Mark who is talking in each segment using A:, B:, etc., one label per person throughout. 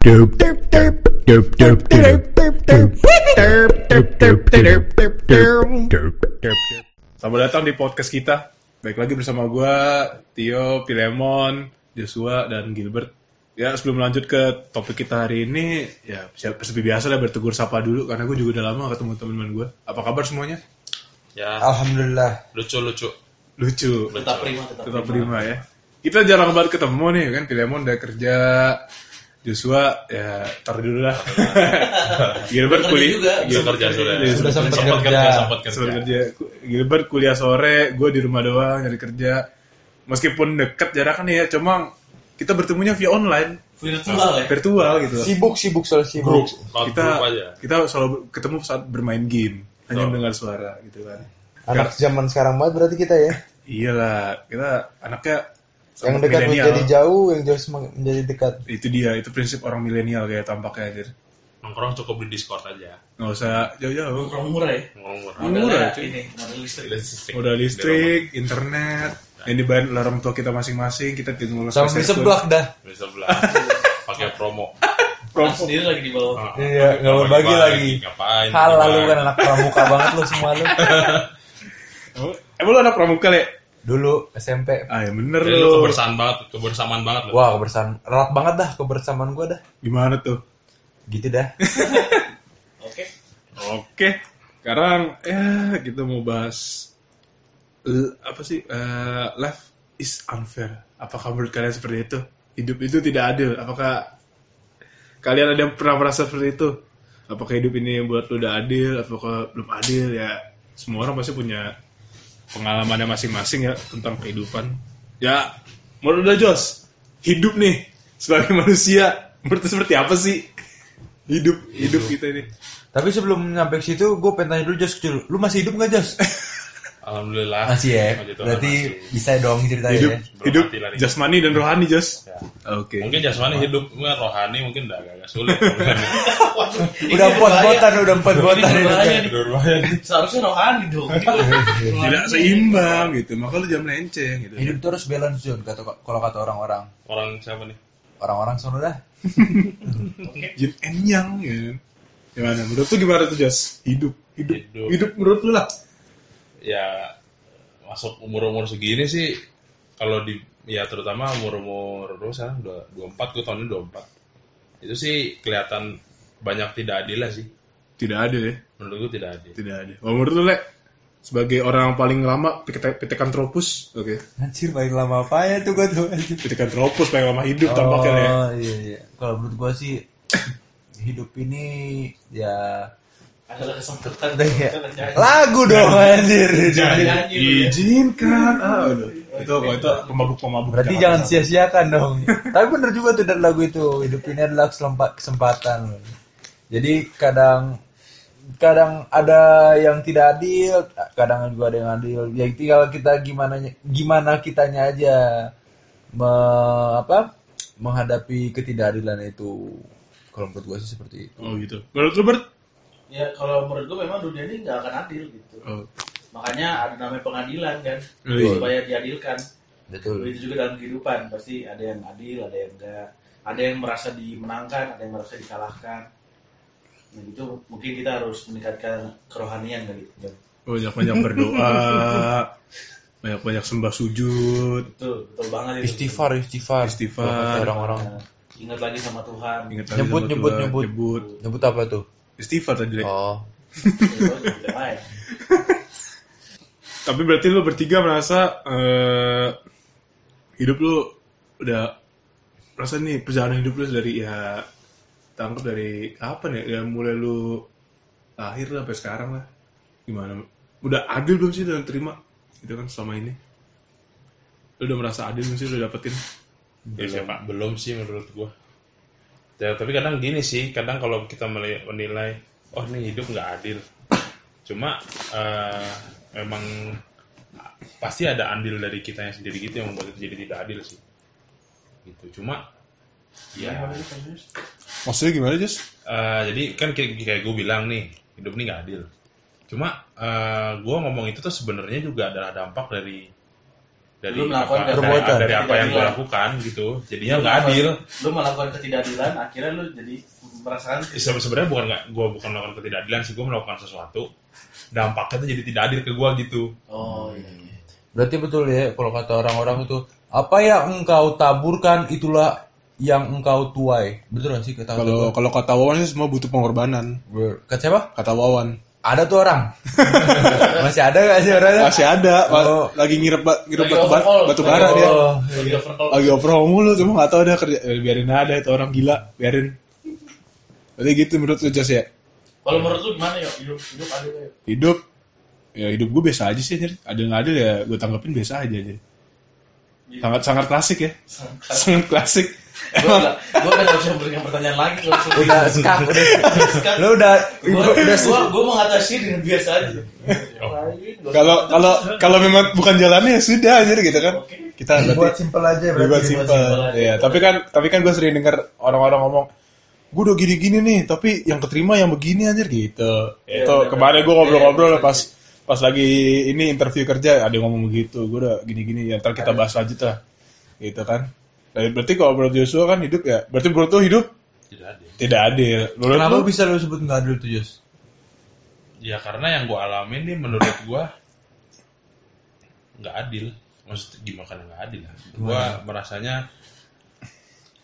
A: Doop doop doop doop doop doop doop doop doop doop doop doop doop doop.
B: Selamat datang di podcast kita. Baik lagi bersama gue, Tio, Pilemon, Joshua, dan Gilbert. Ya, sebelum lanjut ke topik kita hari ini, ya siap- seperti biasa lah bertegur sapa dulu, karena gue juga udah lama gak ketemu teman-teman gue. Apa kabar semuanya?
C: Ya,
D: Alhamdulillah.
C: lucu-lucu.
B: Lucu,
C: Tetap prima, tetap.
B: tetap prima ya. Kita jarang banget ketemu nih, kan Pilemon udah kerja, Joshua, ya tar dulu lah. Gilbert kuliah.
E: juga.
C: Bisa Iya, kerja sudah.
B: Iya,
D: Sudah sempat
C: Sempat
D: kerja.
C: kerja, sempat kerja.
B: Sobat kerja. Gilbert kuliah sore, gue di rumah doang nyari kerja. Meskipun deket jaraknya ya, cuma kita bertemunya via online,
E: Virtual ya.
B: virtual gitu.
D: Sibuk sibuk soal
C: Grup,
D: sibuk.
C: not
B: Kita
C: grup aja.
B: kita selalu ketemu saat bermain game, hanya mendengar suara gitu kan.
D: Anak zaman sekarang banget berarti kita ya.
B: Iyalah, kita anaknya sama
D: Yang dekat
B: milenial.
D: menjadi jauh, yang jauh semang- menjadi dekat.
B: Itu dia, itu prinsip orang milenial kayak tampaknya anjir.
C: Nongkrong cukup di Discord aja.
B: Nggak usah jauh-jauh.
E: Kurang murah ya.
C: Ngomong-ngomong.
B: Murah,
E: Modalnya ini, modal listrik.
B: Modal listrik, internet, yang dibayar oleh orang tua kita masing-masing, kita tidak ngurus
D: Sama
B: proses pun.
D: seblak dah.
C: Bisa belah. Pakai promo.
E: Nah, sendiri lagi di bawah.
C: Ah,
D: Iya, nggak mau bagi
C: bagi-bagi,
D: lagi.
C: Ngapain?
D: Halal lu
C: Bagi-bagi.
D: kan anak pramuka banget lu semua lu.
B: Oh, Emang lu anak pramuka, Le?
D: Dulu SMP.
B: Ah, ya bener
C: Jadi lu
B: lu.
C: kebersamaan banget, kebersamaan banget lu.
D: Wah, kebersamaan erat banget dah kebersamaan gua dah.
B: Gimana tuh?
D: Gitu dah.
E: Oke.
B: Oke. Sekarang ya kita mau bahas eh, apa sih? Eh, life is unfair. Apakah menurut kalian seperti itu? Hidup itu tidak adil. Apakah kalian ada yang pernah merasa seperti itu? Apakah hidup ini buat lu udah adil? Apakah belum adil? Ya semua orang pasti punya pengalamannya masing-masing ya tentang kehidupan. Ya, menurut udah Jos, hidup nih sebagai manusia menurut lu seperti apa sih? Hidup, hidup kita ini.
D: Tapi sebelum nyampe ke situ, gue pengen tanya dulu Jos, Jul, lu masih hidup gak Jos?
C: Alhamdulillah. Gitu,
D: Masih ya.
C: Puji Tuhan,
D: Berarti
C: masih.
D: bisa dong ceritanya.
B: hidup
D: ya.
C: Belum
B: hidup
C: mati lah nih.
B: jasmani dan rohani jos
C: Ya.
B: oke
C: Mungkin jasmani hidup, mungkin rohani mungkin udah agak sulit.
D: Udah
E: Ini
D: empat
E: berbahaya.
D: botan, udah empat botan.
E: Ini
D: ya. hidup
E: berbahaya
D: kan.
E: nih. Seharusnya rohani dong. Rohani.
B: tidak seimbang gitu maka lu jangan melenceng gitu
D: Hidup terus balance Jun, kata kalau kata orang-orang.
C: Orang siapa nih?
D: Orang-orang sono dah.
B: jin and yang gitu gimana menurut lu gimana tuh jos hidup hidup hidup,
C: Hidup.
B: menurut lu lah
C: ya masuk umur-umur segini sih kalau di ya terutama umur-umur lu sekarang udah 24 gue tahunnya 24 itu sih kelihatan banyak tidak adil lah sih
B: tidak ada ya
C: menurut gue tidak adil
B: tidak ada oh, menurut lu le sebagai orang yang paling lama pitekan tropus oke
D: Anjir paling lama apa ya tuh gue tuh anjir.
B: pitekan tropus paling lama hidup tampaknya ya
D: Oh, iya iya. Kalau menurut gue sih hidup ini ya
E: Ada kesempatan.
D: ya.
E: Nyanyi.
D: lagu dong anjir.
E: Nyanyi,
D: Iya,
E: nyanyi lu ya.
B: izinkan ah, udah. itu kalau itu pemabuk pemabuk
D: Berarti jangan sia-siakan dong. Tapi bener juga tuh dari lagu itu hidup ini adalah keselempa- kesempatan. Jadi kadang kadang ada yang tidak adil, kadang juga ada yang adil. Ya tinggal kita gimana gimana kitanya aja me- apa menghadapi ketidakadilan itu. Kalau menurut gue sih seperti itu.
B: oh gitu menurut lu Bert
E: Ya kalau menurut gue memang dunia ini nggak akan adil gitu.
B: oh.
E: Makanya ada namanya pengadilan kan
B: Iya.
E: supaya diadilkan.
D: Betul.
E: Begitu juga dalam kehidupan pasti ada yang adil, ada yang enggak, ada yang merasa dimenangkan, ada yang merasa dikalahkan. Nah, itu mungkin kita harus meningkatkan kerohanian kali. Jon.
B: banyak-banyak berdoa banyak-banyak sembah sujud
E: Betul, betul banget itu.
D: Istighfar, istighfar.
B: Istighfar.
D: Kalau kata Orang-orang
E: Nah, ingat lagi sama Tuhan.
B: Ingat
D: Nyebut,
B: sama
D: nyebut,
B: Tuhan,
D: nyebut.
B: nyebut.
D: nyebut apa tuh?
B: Istighfar tadi, Le.
D: Oh.
E: Yang lain.
B: Tapi berarti lu bertiga merasa eh, hidup lu udah merasa nih perjalanan hidup lu dari ya tangkap dari kapan ya? Ya mulai lu lahir lah sampai sekarang lah. Gimana? Udah adil belum sih dalam terima? Itu kan selama ini. Lu udah merasa adil belum sih lu dapetin?
C: Ya, siapa? belum sih menurut gue ya, tapi kadang gini sih kadang kalau kita meli- menilai oh ini hidup nggak adil cuma eh, memang pasti ada andil dari kita yang sendiri gitu yang membuat itu jadi tidak adil sih gitu cuma ya
B: Maksudnya gimana, Jess?
C: Eh, jadi kan kayak, kayak gue bilang nih hidup ini nggak adil cuma eh gue ngomong itu tuh sebenarnya juga adalah dampak dari dari
E: Lu melakukan
C: apa,
D: perbuatan.
C: dari, dari apa yang gue
E: Ketidakadilan.
C: lakukan gitu jadinya nggak adil
E: lu melakukan ketidakadilan akhirnya lu jadi merasakan
C: Se- sebenarnya bukan nggak gue bukan melakukan ketidakadilan sih gue melakukan sesuatu dampaknya tuh jadi tidak adil ke gue gitu
E: oh iya iya.
D: Berarti betul ya kalau kata orang-orang itu apa yang engkau taburkan itulah yang engkau tuai. Betul nggak sih kata
B: Kalau kalau kata Wawan sih semua butuh pengorbanan.
D: Ber- kata siapa?
B: Kata Wawan.
D: Ada tuh orang. Masih ada nggak sih orangnya?
B: Masih ada, Pak.
D: Oh.
B: lagi ngirep ba- ngirep
E: Lagi
B: batu, bara-
E: overhaul.
B: batu bara dia.
D: Oh,
E: Lagi overcall.
B: Lagi overhaul mulu cuma nggak tahu dia kerja eh, biarin ada itu orang gila, biarin. Berarti gitu menurut lu Jos ya.
E: kalau menurut lu gimana yuk hidup hidup adil nggak, Yuk?
B: Hidup ya hidup gue biasa aja sih anjir. Ada nggak ada ya gue tanggapin biasa aja jadi.
E: Iya.
B: Sangat sangat klasik ya. Sangat klasik.
E: Gua nggak- gua nggak bisa memberikan pertanyaan lagi kalau seperti
D: udah
E: itu.
D: skak udah.
E: Sekarang-
D: Lu udah
E: gua
D: udah
E: gua, gua mengatasi dengan biasa aja Lain, gua-
B: Kalau kalau kalau memang bukan jalannya ya sudah aja gitu kan.
E: Oke.
B: Kita berarti
D: buat simpel aja berarti.
B: Dibuat simpel.
E: simpel aja.
B: Iya, tapi kan tapi kan gue sering denger orang-orang ngomong gue udah gini-gini nih, tapi yang keterima yang begini anjir gitu. itu
E: Iya, bener-bener.
B: kemarin gue
E: Iya,
B: ngobrol-ngobrol
E: bener.
B: pas pas lagi ini interview kerja ada yang ngomong begitu, gue udah gini-gini ya ntar kita
E: Iya.
B: bahas lanjut lah, gitu kan. Nah, berarti kalau menurut Joshua kan hidup ya, berarti menurut lu hidup
C: tidak adil
B: tidak adil. Menurut
D: Kenapa
B: lu,
D: bisa lu sebut nggak adil tuh Jus?
C: ya karena yang gue alamin nih menurut gue nggak adil maksud gimana kan nggak adil gue merasanya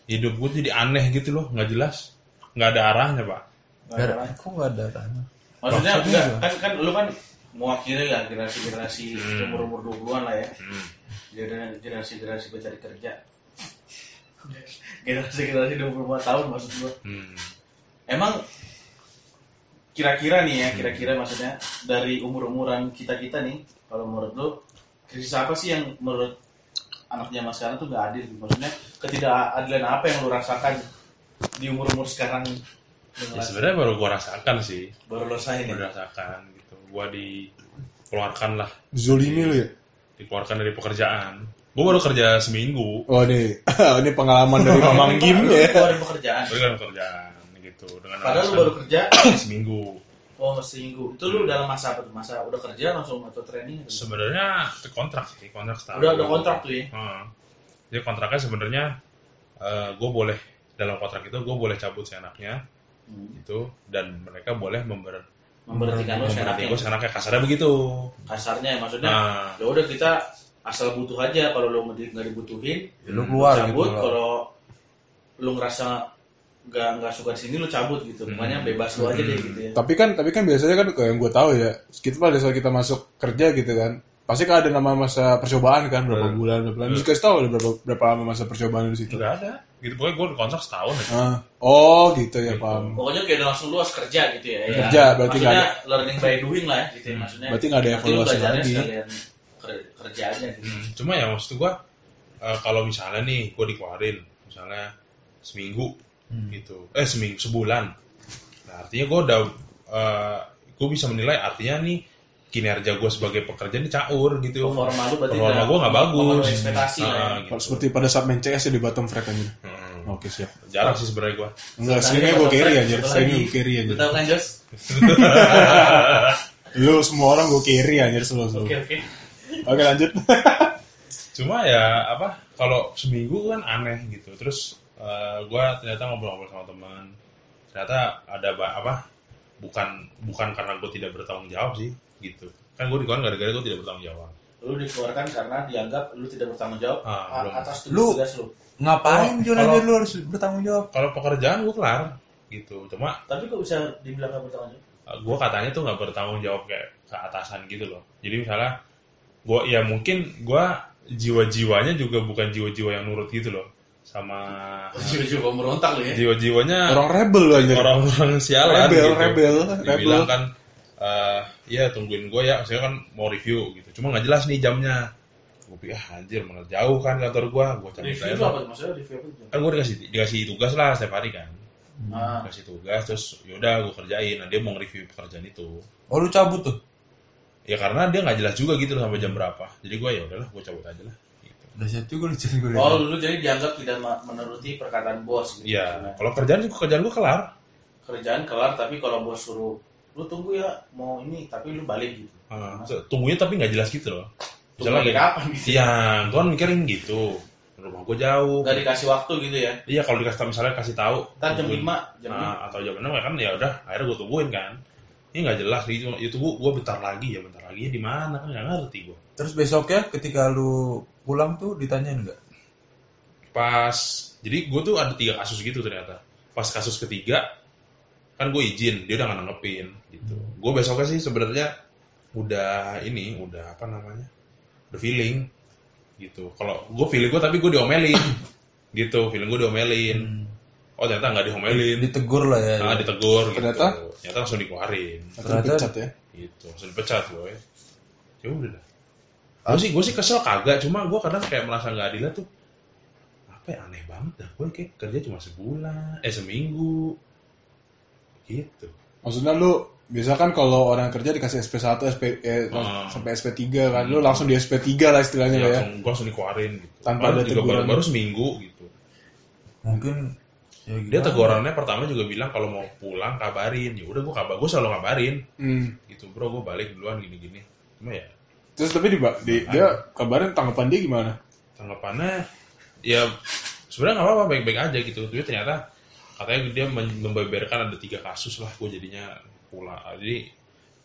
C: hidup gue jadi aneh gitu loh nggak jelas nggak ada arahnya pak
E: Nggak ada lain.
D: Kok nggak ada arahnya?
E: maksudnya enggak kan kan lu kan mewakili lah generasi generasi
D: Hmm.
E: umur umur 20-an lah ya generasi generasi pencari kerja generasi generasi 25 tahun maksud gua
C: Hmm.
E: emang kira-kira nih ya kira-kira maksudnya dari umur umuran kita kita nih kalau menurut lu krisis apa sih yang menurut anaknya mas sekarang tuh nggak adil maksudnya ketidakadilan apa yang lu rasakan di umur umur sekarang nih? Lu
C: ya
E: ngerasa-
C: sebenarnya baru gue rasakan sih
E: baru lu rasain ya
C: baru rasakan gitu gue dikeluarkan lah
B: Zolimi lu ya?
C: dikeluarkan dari pekerjaan gue baru kerja seminggu
B: Oh ini, ini pengalaman dari Mamang Kim
E: Lu
B: ya.
E: keluar dari pekerjaan
C: baru kan pekerjaan gitu dengan
E: padahal lu
C: alasan
E: baru kerja
C: seminggu
E: oh seminggu itu lu dalam masa apa tuh masa udah kerja langsung atau training atau gimana?
C: sebenarnya itu kontrak sih kontrak setahun
E: udah udah kontrak tuh ya
C: Hmm. Jadi kontraknya sebenarnya gue boleh dalam kontrak itu gue boleh cabut seenaknya
E: Hmm.
C: gitu dan mereka boleh member
E: memberhentikan lu
C: memberhenti
E: seenaknya
C: gue seenaknya kasarnya begitu.
E: kasarnya ya, maksudnya
C: Nah,
E: ya udah kita asal butuh aja kalau lo di- nggak dibutuhin
D: Ya, lu keluar
E: lu cabut
D: gitu. loh.
E: kalau lu ngerasa nggak nggak suka di sini lu cabut gitu
C: Hmm.
E: pokoknya bebas lu aja deh gitu ya
B: Tapi kan, tapi kan biasanya kan kayak yang gue tahu ya, kita pada saat kita masuk kerja gitu kan, pasti kan ada nama masa percobaan kan berapa
E: Iya.
C: Hmm.
B: bulan, berapa bulan.
C: Hmm.
B: Terus kasih tahu berapa berapa lama masa percobaan di situ.
C: nggak ada. Gitu pokoknya gue kontrak setahun aja.
B: Ah, oh gitu ya
C: Gitu.
B: paham.
E: pokoknya kayak udah langsung luas kerja gitu ya ya.
B: Kerja, berarti nggak
E: maksudnya learning by doing lah ya, gitu ya maksudnya
B: Berarti nggak ada
E: nanti lu
B: evaluasi
E: belajarnya
B: lagi.
E: sekalian ker- kerja aja gitu
C: Hmm, Cuma ya maksud gue kalau misalnya nih gue dikeluarin misalnya seminggu
E: Hmm.
C: gitu, eh seminggu sebulan. Nah, artinya gue udah gue bisa menilai artinya nih kinerja gue sebagai pekerja ini caur gitu.
E: performa lu berarti
C: Performa
E: nggak-
C: gue nggak bagus.
E: memenuhi ekspektasi lah ya.
C: Nah, gitu.
B: Seperti pada saat main CS ya di bottom frag aja.
C: Hmm.
B: Oke siap.
C: Jarang sih sebenarnya gue.
B: Enggak,
E: Nanti
B: seringnya
E: pas
B: gue
E: lu
B: carry
E: frag,
B: aja,
E: satu
B: seringnya
E: lagi.
B: gue carry aja.
E: Lu tahu kan Jos
B: Lu semua orang gue carry aja selalu selalu.
E: oke oke
B: Oke lanjut.
C: Cuma ya apa? Kalau seminggu kan aneh gitu. Terus gue ternyata ngobrol-ngobrol sama teman. Ternyata ada ba- apa? Bukan bukan karena gue tidak bertanggung jawab sih gitu. Kan gue dikeluarin gara-gara gue tidak bertanggung jawab.
E: lu dikeluarkan karena dianggap lu tidak bertanggung jawab
C: Ah,
E: a-
C: belum.
E: atas
D: Lu-
E: tugas lu
C: Kalau-
D: Ngapain Jun
C: kalau-
D: anjir lu harus bertanggung jawab?
C: Kalau pekerjaan gue kelar gitu. Cuma
E: tapi kok bisa dibilang gak bertanggung jawab
C: gue katanya tuh nggak bertanggung jawab kayak ke atasan gitu loh. Jadi misalnya gue ya mungkin gue jiwa-jiwanya juga bukan jiwa-jiwa yang nurut gitu loh sama
E: Jujur, kok merontak lu ya
C: jiwa-jiwanya
B: Orang rebel lu aja.
C: orang-orang sialan
B: Rebel,
C: gitu.
B: rebel, rebel.
C: Dibilang kan eh, ya tungguin gue ya, saya kan mau review gitu. Cuma nggak jelas nih jamnya. Gue pikir ah, anjir mana jauh kan kantor gue, gue cari
E: Review itu
C: aja.
E: apa? Maksudnya review apa? itu?
C: Kan gue dikasih dikasih tugas lah setiap hari kan.
E: Ah,
C: Dikasih tugas terus yaudah gue kerjain. Nah, dia mau nge-review pekerjaan itu.
D: Oh lu cabut tuh.
C: Ya karena dia nggak jelas juga gitu loh sampai jam berapa. Jadi gue ya udahlah gue cabut aja lah. Gitu.
D: Dahsyat juga lu Jun gue.
E: oh lu jadi dianggap tidak ma- menuruti perkataan bos gitu.
C: Iya,
E: Maksudnya,
C: kalau kerjaan juga kerjaan gue kelar.
E: Kerjaan kelar tapi kalau bos suruh lu tunggu ya mau ini tapi lu balik gitu.
C: Ah, tungguin tapi nggak jelas gitu loh. Misalnya
E: Mulai
C: kayak-
E: kapan gitu?
C: Iya, gua kan mikirin gitu. Rumah gua jauh.
E: Gak dikasih waktu gitu ya.
C: Iya, kalau dikasih tahu misalnya kasih tahu.
E: Ntar jam
C: Gua-
E: 5, jam
C: Nah, atau jam 6 ya kan ya udah akhirnya gue tungguin kan ini nggak jelas gitu itu gue gue bentar lagi ya bentar lagi ya di mana kan nggak ngerti gue
D: Terus besoknya ketika lu pulang tuh ditanyain nggak?
C: pas jadi gue tuh ada tiga kasus gitu ternyata pas kasus ketiga kan gue izin dia udah nggak nanggepin gitu gue besoknya sih sebenarnya udah ini udah apa namanya udah feeling gitu kalau gue feeling gue tapi gue diomelin gitu feeling gue diomelin
B: Hmm.
C: oh ternyata nggak diomelin
D: Ditegur lah ya.
B: Ah,
C: nah, ditegur
B: Ternyata?
C: gitu ternyata langsung dikeluarin
B: Atau dipecat ya.
C: gitu langsung dipecat gue ya udah lah gue sih gue sih kesel kagak cuma gue kadang kayak merasa nggak adil tuh apa ya aneh banget dah gue kayak kerja cuma sebulan eh seminggu gitu
B: Maksudnya lu biasa kan kalau orang kerja dikasih SP1 SP eh,
C: Ah.
B: sampai SP3 kan. Lu langsung di SP3 lah istilahnya
C: ya,
B: lah ya.
C: langsung gue langsung dikeluarin gitu
B: Tanpa
C: Padahal
B: ada
C: juga
B: teguran.
C: baru, baru seminggu gitu
D: Mungkin ya
C: dia
D: gimana?
C: tegurannya pertama juga bilang kalau mau pulang kabarin ya udah gue kabar gue selalu kabarin
B: Hmm.
C: gitu bro gue balik duluan gini gini cuma ya
B: Terus tapi di, di dia kabarin tanggapan dia gimana?
C: tanggapannya ya sebenarnya nggak apa-apa baik-baik aja gitu tapi ternyata katanya dia men- membeberkan ada tiga kasus lah gue jadinya pulang jadi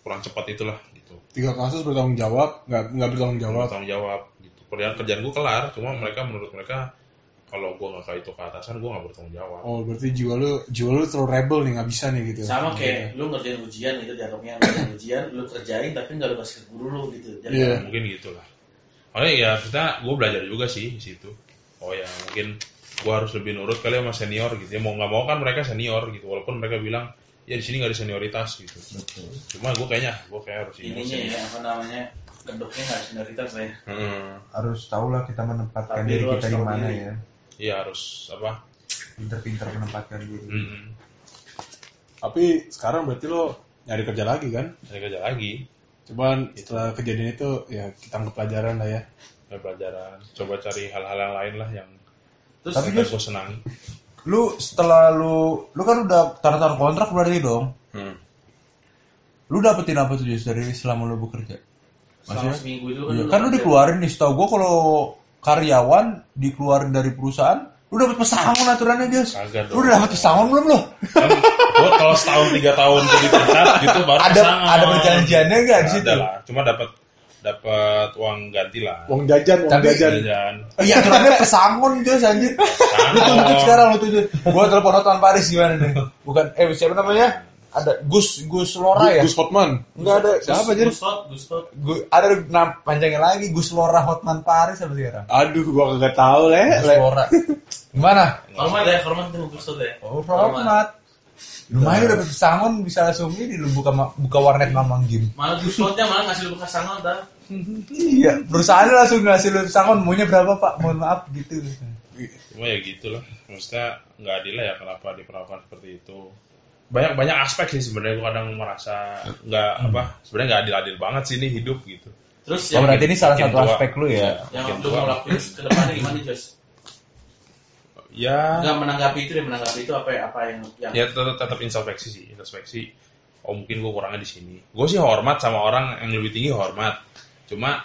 C: kurang cepat itulah gitu
B: Tiga kasus bertanggung jawab, nggak nggak bertanggung jawab.
C: Menurut tanggung jawab gitu kerjaan kerjaan gue kelar cuma mereka menurut mereka kalau gue nggak kayak itu ke atasan gue nggak bertanggung jawab
B: Oh berarti jiwa lu jiwa lu terlalu rebel nih nggak bisa nih gitu.
E: Sama kayak lu ngerjain ujian gitu dianggapnya ngerjain ujian, lu kerjain tapi nggak lu kasih ke guru lu gitu. Jadi
B: Iya.
C: mungkin gitulah makanya ya kita gue belajar juga sih di situ oh ya mungkin gue harus lebih nurut kali sama senior gitu ya mau nggak mau kan mereka senior gitu walaupun mereka bilang ya di sini nggak ada senioritas gitu cuma gue kayaknya gue kayak harus ini
E: ininya ya apa namanya kedoknya nggak harus minoritas lah ya.
F: harus tahulah kita menempatkan
E: Tapi
F: diri
E: lu
F: kita
E: harus
F: di
E: tahu
F: mana
E: diri.
F: ya
C: iya harus apa
F: pinter-pinter menempatkan diri
C: Mm-mm.
B: Tapi sekarang berarti lo nyari kerja lagi kan?
C: cari kerja lagi
B: Cuman setelah kejadian itu ya kita anggap pelajaran lah ya.
C: cari pelajaran coba cari hal-hal yang lain lah yang
E: Terus
C: tapi gue senang
D: Lu setelah lu lu kan udah tanda tangan kontrak berarti dong. Lu dapetin apa tuh Jus dari selama lu bekerja?
E: selama seminggu itu kan
D: Iya, kan lu dikeluarin nih, setahu gua kalau karyawan dikeluarin dari perusahaan, lu dapat pesangon aturannya, Jus.
C: Kagak dong.
D: Lu udah dapat pesangon belum lu?
C: gue Kan kalau setahun tiga tahun gue dipecat gitu baru
D: Ada
C: pesangon.
D: ada perjanjiannya enggak di situ?
C: ada lah cuma dapat dapat uang ganti lah
B: Uang jajan, uang
D: Tapi-
B: jajan.
C: jajan
D: Iya, aturannya pesangon, Jus anjir. Lu tunjuk sekarang lu tunjuk. Gua telepon Otan Paris gimana nih? Bukan eh siapa namanya? Ada Gus Gus Lora ya?
B: Gus Hotman.
D: Enggak ada.
B: Siapa
E: jadi
B: jadi?
E: Gustot, Gustot.
D: Gu- ada nama panjangnya lagi Gus Lora Hotman Paris apa sekarang?
B: Aduh, gua kagak tahu le.
D: Gus
B: le.
D: Lora. Gimana?
E: Hormat ya, hormat tuh Gustot ya.
D: Oh, Rahmat. Lumayan udah pesangon bisa langsung ini lu buka ma- buka warnet Mamang Game.
E: Malah Gustotnya malah ngasih lu pesangon dah.
D: Iya, perusahaan langsung ngasih lu pesangon maunya berapa, Pak? Mohon maaf gitu.
C: cuma ya gitulah maksudnya nggak adil lah ya kenapa diperlakukan seperti itu banyak banyak aspek sih sebenarnya gue kadang merasa nggak apa sebenarnya nggak adil adil banget sih ini hidup gitu
E: Terus
B: Ya,
D: Oh,
E: yang
D: berarti ini salah
C: Makin
D: satu
C: tua.
D: aspek lu ya.
E: yang
C: makin
E: lu
C: tua.
E: mau lakuin ke depannya gimana Jos?
C: ya
E: Enggak menanggapi itu deh, menanggapi itu apa apa yang yang
C: ya tetap, tetap introspeksi sih introspeksi oh mungkin gue kurangnya di sini gue sih hormat sama orang yang lebih tinggi hormat cuma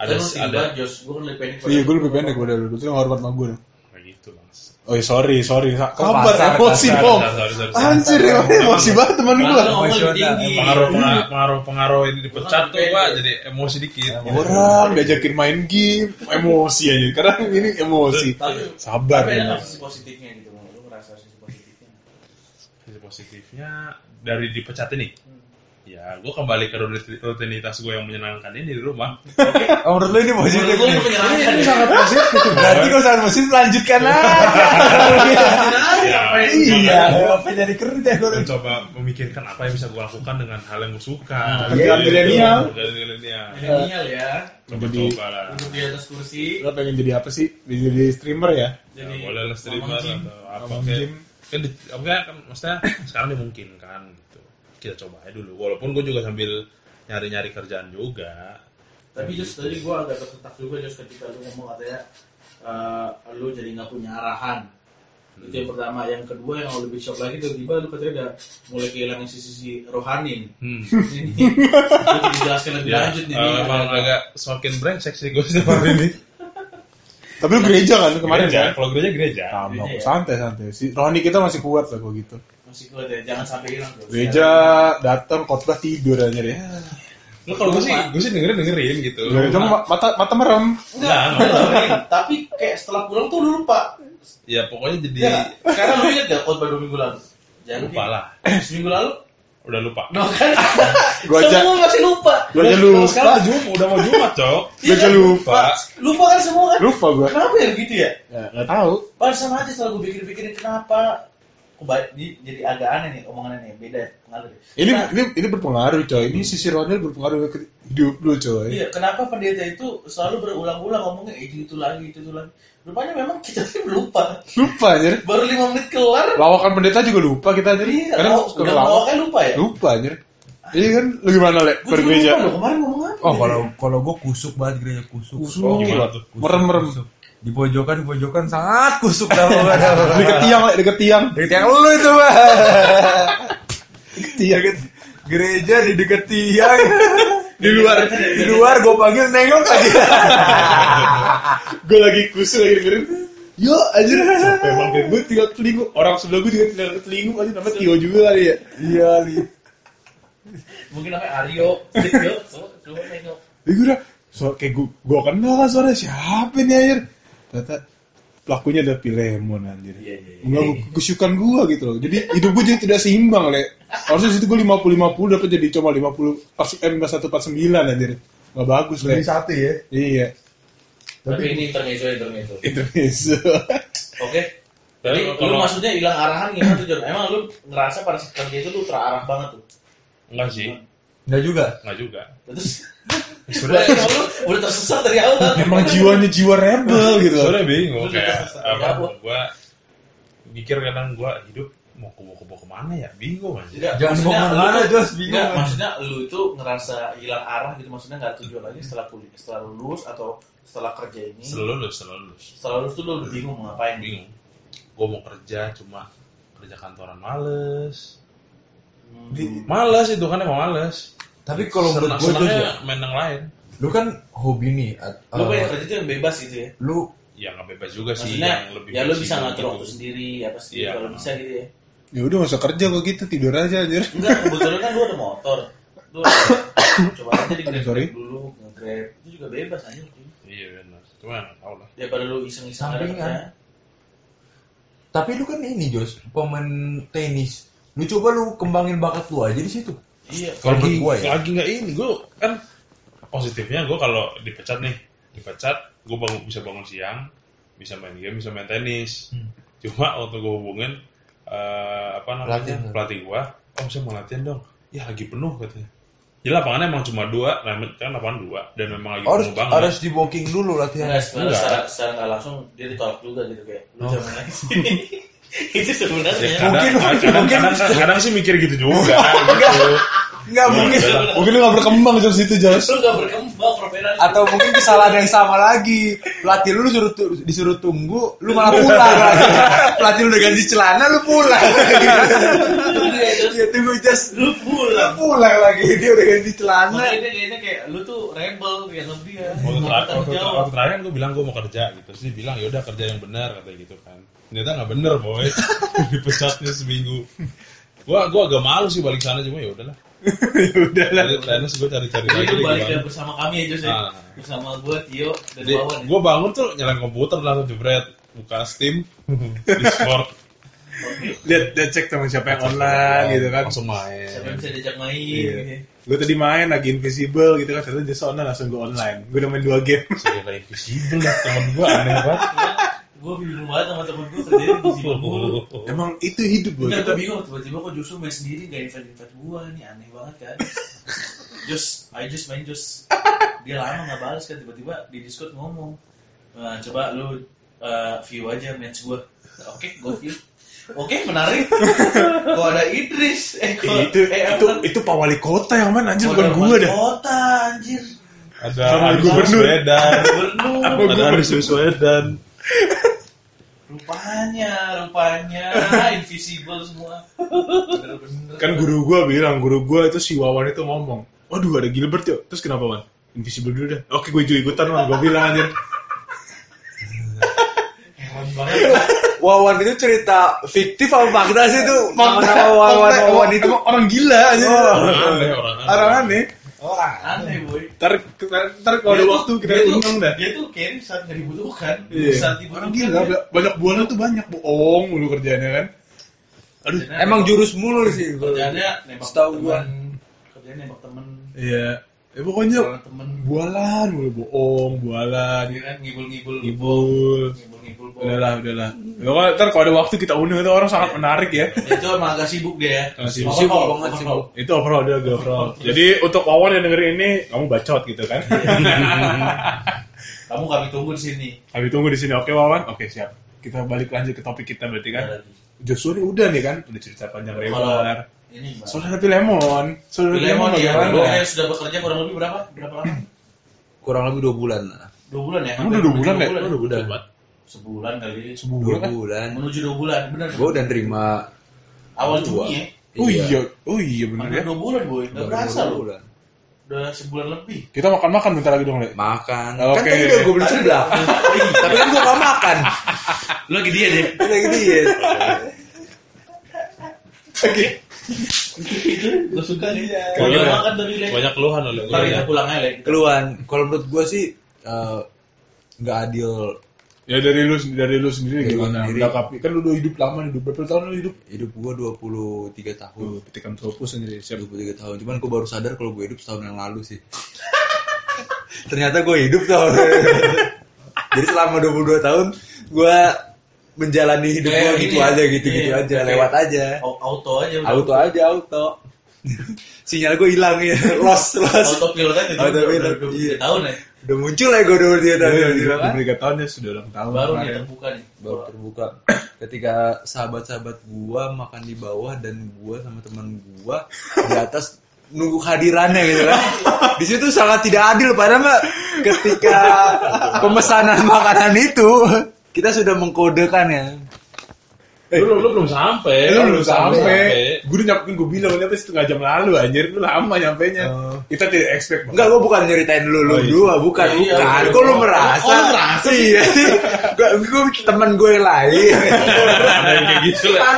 C: ada
E: Kan Lu tinggi
C: ada
E: banget, Jos, gue lebih pendek.
B: Iya, gue lebih pendek daripada lu. Berarti lu hormat sama gue.
C: kayak gitu mas
B: Oh, iya, sorry, sorry. Sa- Kabar
D: Kasar,
B: emosi,
D: kasar,
B: Bong.
C: Sorry, sorry, sorry, sorry.
B: Anjir,
D: ya.
B: emosi banget teman gue.
E: Malah lu ngomong lebih
D: Emosional,
E: tinggi.
C: pengaruh pengaruh pengaruh, pengaruh ini dipecat tuh
E: Bukan,
C: gue
E: beda.
C: jadi emosi dikit
B: Ya, Orang diajakin main game, emosi aja. Karena ini emosi.
E: Tapi
B: Sabar.
E: tapi ada
B: ya.
E: nggak sisi positifnya gitu, Bang? lu ngerasa sisi positifnya.
C: Sisi positifnya dari dipecat ini ya gue kembali ke rutin- rutinitas gue yang menyenangkan ini di rumah
D: Oh, menurut lu ini positif.
E: Menurut lu
D: nih.
E: ini menyenangkan ya?
D: Berarti kalau sangat positif lanjutkan
E: Iya.
D: aja.
C: ya,
D: iya, apa jadi ya, kerja gue.
C: gue coba memikirkan apa yang bisa gue lakukan dengan hal yang gue suka
B: Kerjaan Nah, iya, milenial.
C: Kerjaan milenial
E: Milenial ya,
B: Jadi-
C: coba lah
E: duduk di atas kursi,
B: Lo pengen jadi apa sih? Jadi streamer ya?
E: jadi
C: ya, boleh lah streamer
E: Mamang Jim.
C: atau apa
B: Mamang
C: kayak
B: Jim.
C: kan, di- apa ya, kan maksudnya sekarang dimungkinkan gitu kita coba aja dulu walaupun gue juga sambil nyari-nyari kerjaan juga
E: Tapi Jos tadi gue agak tersentak juga Jos ketika lu ngomong katanya eh, lu jadi nggak punya arahan. itu yang pertama yang kedua yang lebih shock lagi tiba-tiba lu katanya udah mulai kehilangan sisi-sisi rohani
C: Hmm.
E: ini Itu dijelaskan lebih
C: Ya,
E: lanjut nih
C: eh, emang agak semakin brengsek sih gue setiap hari ini.
B: Tapi lu gereja Iya. kan lu kemarin
C: Gereja,
B: kan?
C: Kalau gereja gereja.
B: Tambah
E: Gereja ya?
B: santai santai. Si Rohani kita masih kuat lah kalau gitu.
E: masih kuat ya jangan sampai hilang bro.
B: Gereja datang khotbah tidur aja deh.
C: Lu kalau gue sih gue sih dengerin dengerin gitu.
B: Gereja mah mata mata merem.
E: Enggak,
C: Nah,
E: enggak, enggak. tapi kayak setelah pulang tuh lu lupa.
C: Ya pokoknya jadi
E: Iya. nggak? Sekarang lu ingat gak khotbah dua minggu lalu? Jangan
C: lupa lah.
E: Eh, Seminggu lalu?
C: Udah lupa.
E: No kan?
B: Gua aja-
E: semua masih lupa.
B: Gua aja
C: Kalau
B: lupa.
C: Sekarang udah Jumat, udah mau Jumat, Cok.
E: Iya
B: Gua aja
E: kan?
B: lupa.
E: Lupa kan semua kan?
B: Lupa gua.
E: Kenapa ya gitu ya?
B: Ya, nggak tahu.
E: Padahal sama aja setelah gue pikir-pikirin kenapa Kok ba- di- jadi agak aneh nih omongannya nih beda ya, pengaruh ya.
B: Ini
E: Nah,
B: ini ini berpengaruh coy. Ini sisi Rohani berpengaruh ke hidup lu coy.
E: iya, kenapa pendeta itu selalu berulang-ulang ngomongnya itu itu lagi itu itu lagi rupanya memang kita tuh lupa
B: Lupa anjir.
E: baru lima menit kelar
B: Lawakan pendeta juga lupa kita anjir.
E: iya
B: Kadang
E: oh,
B: suka
E: udah
B: ngelawak.
E: mau kan lupa ya
B: Lupa anjir. Iya kan, lu gimana, Lek?
E: Gua juga
B: Bergereja.
E: lupa loh, kemarin ngomong apa
D: Oh
E: ya?
D: kalau kalau gue kusuk banget gereja kusuk.
B: Kusuk.
D: Oh,
C: Gimana tuh?
D: kusuk,
B: Merem-merem.
D: kusuk. Di pojokan di pojokan sangat kusuk dah gua.
B: Deket tiang, Lek, deket tiang.
D: Deket yang lu itu mah. Tiang gereja di deket tiang. di luar di luar gue panggil nengok aja.
B: gue lagi kusuk lagi dengerin Yo anjir Sampai mampir gue tinggal telingu Orang sebelah gue juga tinggal telingu anjir Namanya Tio juga kali ya
D: Iya li.
E: mungkin namanya Aryo Aryo so, cuma nengok
B: Jadi gue Iya, udah so, Kayak gue, gue kenal lah suara siapa nih anjir Ternyata pelakunya ada Pilemon anjir
E: Iya, iya, iya.
B: Mengganggu kekusyukan gue gitu loh Jadi hidup gue jadi tidak seimbang le Harusnya situ gue 50-50 dapat jadi cuma 50 pas, Eh 51-49 anjir Gak bagus le
F: Jadi satu ya.
B: Iya
E: tapi ini intermezzo intermezzo
B: Intermezzo
E: oke
C: Tapi
E: Jadi lu
C: kalau
E: maksudnya hilang arahan gimana tuh Jon? Emang lu ngerasa pada saat kerja itu lu terarah banget tuh?
C: enggak sih,
D: Enggak juga.
C: enggak juga.
E: Terus Emang lu udah tersesat dari awal.
B: Emang jiwanya jiwa rebel gitu loh
C: Soalnya bingung
E: Lu
C: kayak
E: juga
C: apa
E: apa?
C: gue mikir kadang gue hidup mau ke mau ke mau kemana ya bingung aja.
E: Enggak,
D: Jangan
E: maksudnya
D: bohong
E: lu kan-
D: mana,
E: tuh-
D: Jos, bingung.
E: enggak, maksudnya lu itu ngerasa hilang arah gitu maksudnya nggak tujuan lagi setelah kuliah, setelah lulus atau setelah kerja ini.
C: Selulus selulus
E: Setelah lulus tuh lu udah bingung mau ngapain.
C: bingung. Gue mau kerja cuma kerja kantoran males.
E: Hmm.
D: Di-
C: Males itu kan emang males.
D: Tapi kalau
C: Senang-
D: menurut gue Jos
C: senangnya
D: ya,
C: main yang lain.
D: lu kan hobi nih. at-
E: Lu
D: eh,
E: pengen
B: Ah.
E: kerja tuh yang bebas gitu ya.
D: lu
C: Ya nggak bebas juga sih
E: Maksudnya
C: yang lebih
E: ya lu
C: fleksibel
E: bisa ngatur
C: gitu.
E: waktu sendiri apa sih
C: Iya.
E: kalau bisa gitu ya.
B: ya udah gak usah kerja kok gitu tidur aja anjir
E: Enggak, kebetulan kan lu ada motor. Lu ada, coba aja di
B: Aduh, sorry.
E: grab dulu, nge-grab. Itu juga bebas aja.
C: Iya benar. Cuma nggak tahu lah.
E: Daripada lu iseng-iseng ada
D: Sampingan.
E: kerjaan.
D: tapi lu kan ini Jos, pemain tenis. Lu coba lu kembangin bakat lu aja di situ.
E: Iya.
D: Kalau
C: lagi
D: menurut gua ya.
C: lagi nggak ini gue kan positifnya gue kalau dipecat nih dipecat gue bangun bisa bangun siang bisa main game bisa main tenis cuma waktu gue hubungin eh, apa namanya
D: Pelatih.
C: pelatih gue oh saya mau latihan dong ya lagi penuh katanya jadi lapangannya emang cuma dua lapangan- kan lapangan dua dan memang lagi
D: Harus
C: penuh banget
D: harus di booking dulu latihan.
E: Enggak, sebenarnya
C: Enggak.
E: secara, secara nggak langsung dia ditolak juga gitu kayak lu
C: Oh.
E: jangan lagi itu
C: Ya, kadang,
E: sebenarnya
C: kadang, kadang, kadang, kadang sih mikir gitu juga gitu.
D: Enggak mungkin.
C: iya.
B: mungkin lu gak berkembang dari situ Jos
E: lu gak berkembang profesional
D: Atau mungkin kesalahan yang sama lagi. Pelatih lu disuruh tu- disuruh tunggu, lu malah pulang. Pelatih lu udah ganti celana, lu pulang.
E: Itu dia, terus
D: Dia tunggu just
E: lu pulang
D: pulang lagi. Dia udah ganti celana.
E: makanya dia kayaknya kayak lu tuh rebel dianggap dia
B: Iya,
C: waktu
E: Mau
C: terakhir,
E: bertanggung
C: waktu,
E: jawab.
C: waktu terakhir gue bilang gue mau kerja gitu terus dia bilang yaudah kerja yang benar kata gitu kan ternyata nggak bener boy dipecatnya seminggu gue gue agak malu sih balik sana cuma ya udahlah udahlah tenis gue cari-cari
E: jadi
C: lagi
E: lu
C: deh
E: balik
C: gimana.
E: ya bersama kami ya Jose
C: Ah.
E: bersama gue Tio dan
C: jadi
E: Wawan ya
C: gue bangun tuh nyalain komputer langsung jebret buka steam discord
B: lihat lihat cek teman siapa yang online gitu kan
C: langsung main
E: siapa yang bisa diajak main
B: Iya.
E: gitu ya.
B: gue tadi main lagi invisible gitu kan ternyata dia online langsung gue online gue udah main dua game
C: segala invisible lah kan. temen gue aneh banget
E: gue bingung banget sama temen gue kerjanya di sini mulu
B: emang itu hidup gue
E: Enggak, gue bingung tiba-tiba kok justru main sendiri gak invite-invite gue nih aneh banget kan Just, I just main just Dia lama gak balas kan tiba-tiba di Discord ngomong "Nah, Coba lu eh, view aja match gue Oke, gue view Oke, menarik Kok ada Idris Eh, kok,
B: Eh, itu
E: eh,
B: itu
E: bukan.
B: itu pak wali kota yang mana anjir
E: Kok
B: bukan
E: ada
B: gue
E: wali
B: dah
E: Kota anjir
C: ada
B: Sama
C: Anies
B: gubernur.
C: Baswedan
E: Gubernur
C: ada Anies Baswedan
E: Rupanya, rupanya Ah, invisible semua. Bener-bener.
B: Kan guru gua bilang, guru gua itu si Wawan itu ngomong, waduh ada Gilbert yuk, terus kenapa Wan? Invisible dulu dah. Oke gue juga ikutan Wan, gua bilang anjir.
E: Heran banget.
D: Wawan itu cerita fiktif apa fakta sih itu? Nama-nama Wawan
B: Fakta,
D: Wawan itu.
B: emang orang gila aja.
C: Orang
B: Oh.
C: aneh, orang aneh.
B: Orang aneh.
D: Orang.
E: Aneh boy.
B: Ntar, ntar, ntar kalau ada
E: Dia tuh-
B: waktu kita
E: dia tuh-
B: undang dah.
E: Dia tuh carry saat nggak dibutuhkan.
B: Iya.
E: Saat
B: Orang
E: dibutuhkan.
B: gila,
E: dia-
B: banyak buana tuh banyak bohong mulu kerjanya kan. Aduh,
E: Kerjanya
D: Emang
E: nembak-
D: jurus mulu sih.
E: Kerjanya nembak
D: Setahu
E: temen.
D: gua.
E: Kerjanya nembak temen.
B: iya. Eh pokoknya
E: Soal temen.
B: bualan mulu bohong, bualan,
E: Dia kan ngibul-ngibul.
B: ngibul.
E: Ngibul-ngibul. bohong.
B: Udahlah, udahlah. Pokoknya ntar kalau ada waktu kita undang itu orang sangat menarik ya.
E: Itu emang agak sibuk dia ya.
B: Agak sibuk.
E: Overhaul,
D: Sibuk banget,
E: overhaul.
D: sibuk.
B: Itu overall dia agak overall. Jadi untuk Wawan yang dengerin ini, kamu bacot gitu kan.
E: Kamu kami tunggu di sini.
B: Habis tunggu di sini, oke Wawan, oke siap. Kita balik lanjut ke topik kita berarti kan.
E: Ada lagi.
B: Joshua ini udah nih kan, udah cerita panjang
E: Kalau
B: lebar.
E: ini Mbak.
B: Saudara Pilemon, saudara kan?
E: Lemon
D: iya,
E: ya,
B: bagaimana?
E: Lemon sudah bekerja kurang lebih berapa? Berapa lama?
D: Kurang lebih dua bulan lah.
E: Dua bulan ya?
B: Kamu udah dua bulan ya?
E: Dua
B: Udah
D: Udah.
E: Sebulan kali.
B: sebulan
D: Dua
B: kan?
D: bulan.
E: Menuju dua bulan, benar.
D: Gue udah nerima.
E: Awal
D: dua.
E: Juni ya.
B: Oh iya, oh iya bener
E: Udah
B: ya.
E: dua bulan boy, nggak
D: Baru
E: berasa
D: dua
E: loh.
D: bulan.
E: Udah sebulan lebih.
B: Kita makan-makan bentar lagi dong, Le.
D: Makan. Kan
B: Oke.
D: tadi udah gue beli sebelah. Tapi kan gue gak makan.
E: Lu lagi dia deh.
D: Udah gitu ya.
E: Itu gue suka nih.
D: Iya.
E: Kalau
C: Banyak,
E: dia makan dari lek.
C: banyak keluhan oleh
E: Ntar kita
B: kan.
C: ya.
E: pulang aja lek.
D: Keluhan. Kalau menurut gue sih eh, nggak adil
B: Ya dari lu dari lu sendiri
D: Dari gua
B: gimana?
D: sendiri.
B: Berapa kan lu udah hidup lama nih, udah berapa tahun lu hidup?
D: hidup gue 23 tahun.
E: Hmm,
B: Lu petikan tropus sendiri siap.
D: 23 tahun. Cuman gue baru sadar kalau gue hidup setahun yang lalu sih. Ternyata gue hidup tahun. Jadi selama 22 tahun gue menjalani hidup
E: Kayak
D: gue
E: gini
D: gitu
E: ya?
D: aja, gitu-gitu
E: Iya,
D: aja,
E: kayak-
D: lewat aja.
E: Au- Auto aja. udah.
D: Auto aja, auto. Sinyal gue hilang ya, lost, lost.
E: Autopilot aja.
D: Autopilot,
E: Autopilot.
D: iya.
E: Tahun ya.
D: Udah muncul ya gue 23 tahun.
B: Udah
D: tiba-tiba kan?
B: tiga tahun ya sudah ulang tahun.
E: Iya, Baru nih
B: kemarin.
E: terbuka nih.
D: baru terbuka ketika sahabat-sahabat gua makan di bawah dan gua sama teman gua di atas nunggu hadirannya gitu kan di situ sangat tidak adil padahal mbak ketika pemesanan makanan itu kita sudah mengkodekan ya
C: Lu, lu belum sampai.
B: Eh, lu belum sampai.
C: sampai.
D: iya.
B: Gue udah nyampe, gue bilang nyampe setengah jam lalu anjir, lu lama nyampe nya.
D: Oh.
B: Kita tidak expect banget.
D: Enggak, gua bukan nyeritain lu, lu
B: Oh, iya.
D: dua, bukan,
E: Iya,
D: bukan.
E: iya.
D: Kok lu
E: Oh,
D: merasa?
E: oh, lu merasa?
D: Iya, sih. Gua, gua temen gue yang lain.
C: Ada yang kayak gitu lah.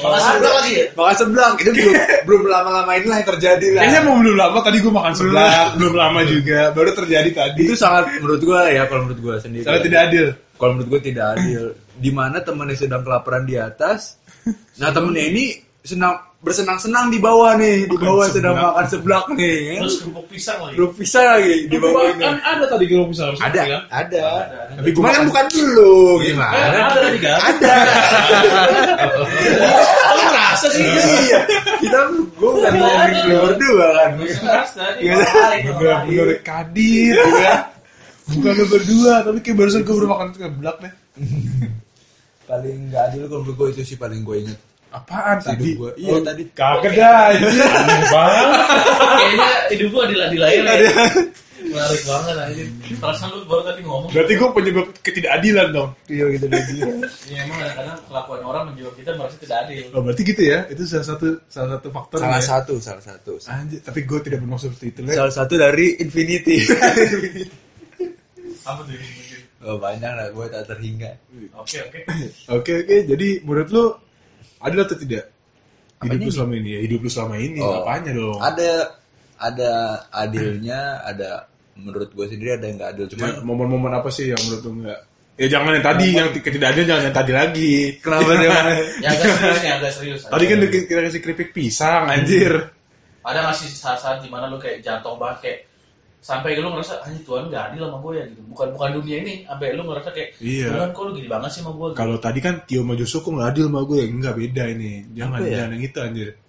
E: Makan sebelah lagi ya?
D: Makan sebelah, itu belum, belum lama-lama inilah yang terjadi lah.
B: Kayaknya mau belum lama tadi gue makan sebelah, belum
D: Iya.
B: lama juga, baru terjadi tadi.
D: itu sangat menurut gua ya kalau menurut gua sendiri
B: Karena tidak adil.
D: kalau menurut gua tidak adil di mana temannya sedang kelaparan di atas nah temennya ini senang bersenang-senang di bawah nih di bawah sedang makan seblak nih kan
E: Terus kerupuk pisang lagi.
D: belum pisah lagi di bawah ini
C: Kan ada tadi kalau bisa harus
D: ada
C: kan?
D: ada
B: Tapi gua
D: cuman kan Iya.
B: makan-
D: bukan dulu gimana
C: Ada tadi kan?
D: ada
E: Lu ngerasa sih?
D: iya kita gua bukan ngomongin lu berdua kan
E: Lu ngerasa nih.
D: Iya.
E: orang
B: Bener
E: lain.
B: bener kadit, gitu ya. Bukan lu berdua, tapi kayak barusan
D: Iya.
B: gue baru makan sebelah deh.
D: paling nggak adil kalau menurut gua itu sih paling gua inget
B: Apaan
D: hidup
B: tadi?
D: gua iya tadi
B: Kaget dah, anjir.
E: Kayaknya hidup gua adil-adil aja. ya. Menarik banget aja. Perasaan lu baru tadi ngomong.
B: Berarti gue penyebab ketidakadilan dong.
D: iya gitu lagi
E: Ya emang kadang-kadang kelakuan orang menjual kita merasa tidak adil.
B: Oh, berarti gitu ya? Itu salah satu salah satu faktor.
D: salah
B: ya?
D: satu salah satu
B: Anjir, tapi gue tidak bermaksud seperti itu. Le.
D: salah satu dari Infinity
E: Apa tuh?
D: Oh, banyak lah gue tak terhingga.
E: Oke, oke.
B: Oke oke, jadi menurut lu adil atau tidak? Hidup
D: Apanya
B: lu
D: nih?
B: selama ini ya, hidup lu selama ini,
D: Oh.
B: apanya dong?
D: Ada ada adilnya, ada menurut gue sendiri ada yang nggak adil.
B: Ya,
D: Cuman
B: momen-momen apa sih yang menurut lu enggak? Ya jangan yang tadi, yang t- ketidakadilan jangan yang tadi lagi.
D: kenapa dia?
E: Ya agak serius nih, agak serius.
B: Tadi kan udah kita kasih keripik pisang, anjir.
E: ada masih saat-saat dimana lu kayak jatuh banget kayak sampai lu ngerasa anjing Tuhan gak adil sama gue ya gitu. Bukan bukan dunia ini, sampai lu ngerasa kayak
B: Iya.
E: Tuhan kok lu gini banget sih sama gue. gitu.
B: Kalau tadi kan Tio sama Joshua kok nggak adil sama gue, ya enggak beda ini. Jangan,
D: Apa ya?
B: jangan yang itu anjir.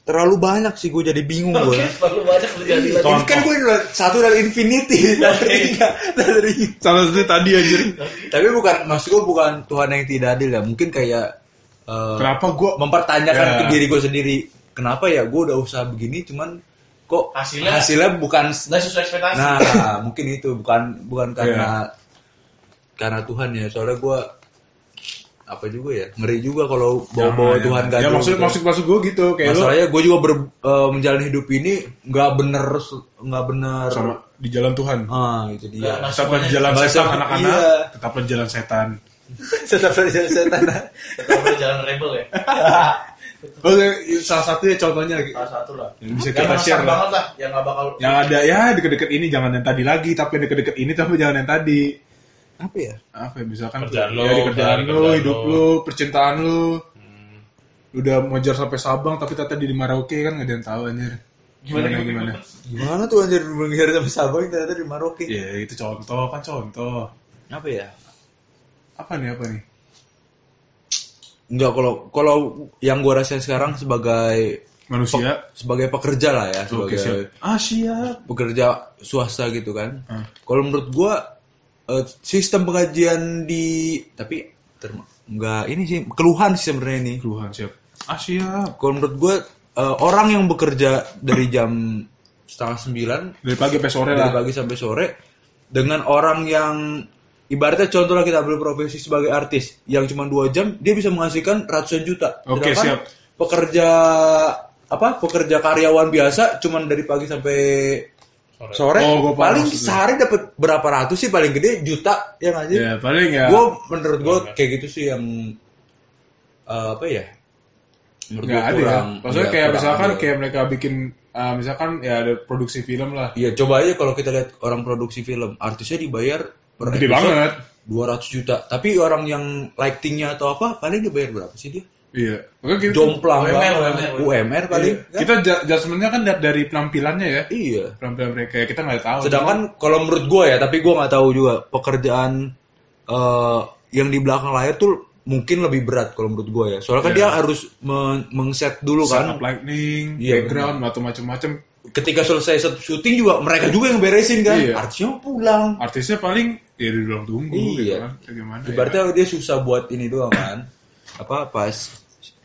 D: Terlalu banyak sih gue jadi bingung
E: Oke,
D: gue.
E: perlu banyak lu jadi adil.
D: Ini kan gue satu dari Infinity, tak terhingga, tak terhingga.
B: Iya. Salah satu tadi anjir.
D: Tapi bukan maksud gue bukan Tuhan yang tidak adil ya. Mungkin kayak eh,
B: Kenapa gue
D: mempertanyakan
B: Ya.
D: ke diri gue sendiri. Kenapa ya gue udah usaha begini, cuman kok
E: Hasilnya-
D: hasilnya bukan
E: Nggak sesuai ekspektasi.
B: Iya.
D: Nah, mungkin itu bukan bukan karena karena Tuhan ya. Soalnya gua apa juga ya ngeri juga kalau bawa-bawa Tuhan gaduh
B: ya maksud
D: gitu.
B: maksud maksud gue gitu kayak lu
D: masalahnya gue juga ber- eh, menjalani hidup ini nggak bener nggak bener
B: sama di jalan Tuhan
D: ah itu dia
E: Nggak,
B: tetaplah di jalan
D: Nggak
B: setan
D: usah-
B: anak-anak
D: iya.
B: tetaplah di jalan setan
D: tetap saja setan
E: Tetap jalan rebel ya.
B: oke Oh, iya, salah satunya contohnya
E: Salah satu lah.
B: yang bisa
E: Yang
B: kita share
E: kasar
B: lah
E: banget lah, yang nggak bakal
B: yang ada ya deket-deket ini jangan yang tadi lagi tapi yang deket-deket ini tapi jangan yang tadi
D: apa ya
B: apa ya, misalkan ya,
C: Kerjaan lo,
B: di kerjaan
C: kerjaan
B: lo,
C: lo.
B: hidup lo, percintaan lo udah mojar sampai Sabang tapi ternyata di Merauke kan gak ada yang tahu anjir gimana gimana,
D: gimana tuh anjir menghindar sama Sabang ternyata di Maroke
B: ya itu contoh kan contoh
D: apa ya
B: apa nih apa nih
D: Enggak kalau kalau yang gue rasain sekarang sebagai
B: manusia
D: sebagai pekerja lah ya
B: oke
D: sebagai
B: siap ah siap
D: pekerja swasta gitu kan. Kalau menurut gua eh, sistem pengajian di tapi term- enggak ini sih keluhan sih sebenarnya ini.
B: Tuhan siap ah siap
D: Kalau menurut gua eh, orang yang bekerja dari jam setengah sembilan
B: dari pagi sampai sore
D: dari
B: lah
D: pagi sampai sore dengan orang yang ibaratnya contohlah kita ambil profesi sebagai artis yang cuma dua jam dia bisa menghasilkan ratusan juta.
B: Oke,
D: Sedangkan
B: siap.
D: Pekerja apa pekerja karyawan biasa cuman dari pagi sampai sore,
B: Oh, gua paham
D: paling
B: maksudnya.
D: sehari dapat berapa ratus sih paling gede juta yang aja.
B: ya paling ya
D: Gue menurut gue
B: iya.
D: kayak gitu sih yang eh, apa ya? Menurut
B: nggak
D: gua
B: ada ya
D: kurang-
B: maksudnya
D: iya,
B: kayak
D: kurang
B: misalkan
D: ada.
B: kayak mereka bikin ah, misalkan ya ada produksi film lah
D: Iya, coba aja kalau kita lihat orang produksi film, artisnya dibayar per
B: gede banget
D: 200 juta. Tapi orang yang lightingnya atau apa, paling dibayar berapa sih dia?
B: iya Oke, kita,
D: Jomplang
E: UMR,
D: banget.
E: UMR.
D: UMR paling.
B: iya. kita ju- judgementnya kan lihat dari penampilannya ya
D: Kan? Iya.
B: penampilan mereka ya kita nggak tahu
D: Sedangkan kalau menurut gue ya, tapi gue nggak tahu juga pekerjaan eh, yang di belakang layar tuh mungkin lebih berat kalau menurut gue ya. Soalnya
B: Iya.
D: kan dia harus men- mengset dulu
B: kan
D: kan.
B: lightning,
D: Iya,
B: background atau macam-macam.
D: Ketika selesai set- syuting juga mereka juga yang beresin kan.
B: Iya.
D: Artisnya pulang.
B: Artisnya paling ya di ruang tunggu gitu
D: Iya.
B: kan. Kayak Gimana? ya?
D: Ibaratnya dia susah buat ini doang kan. apa pas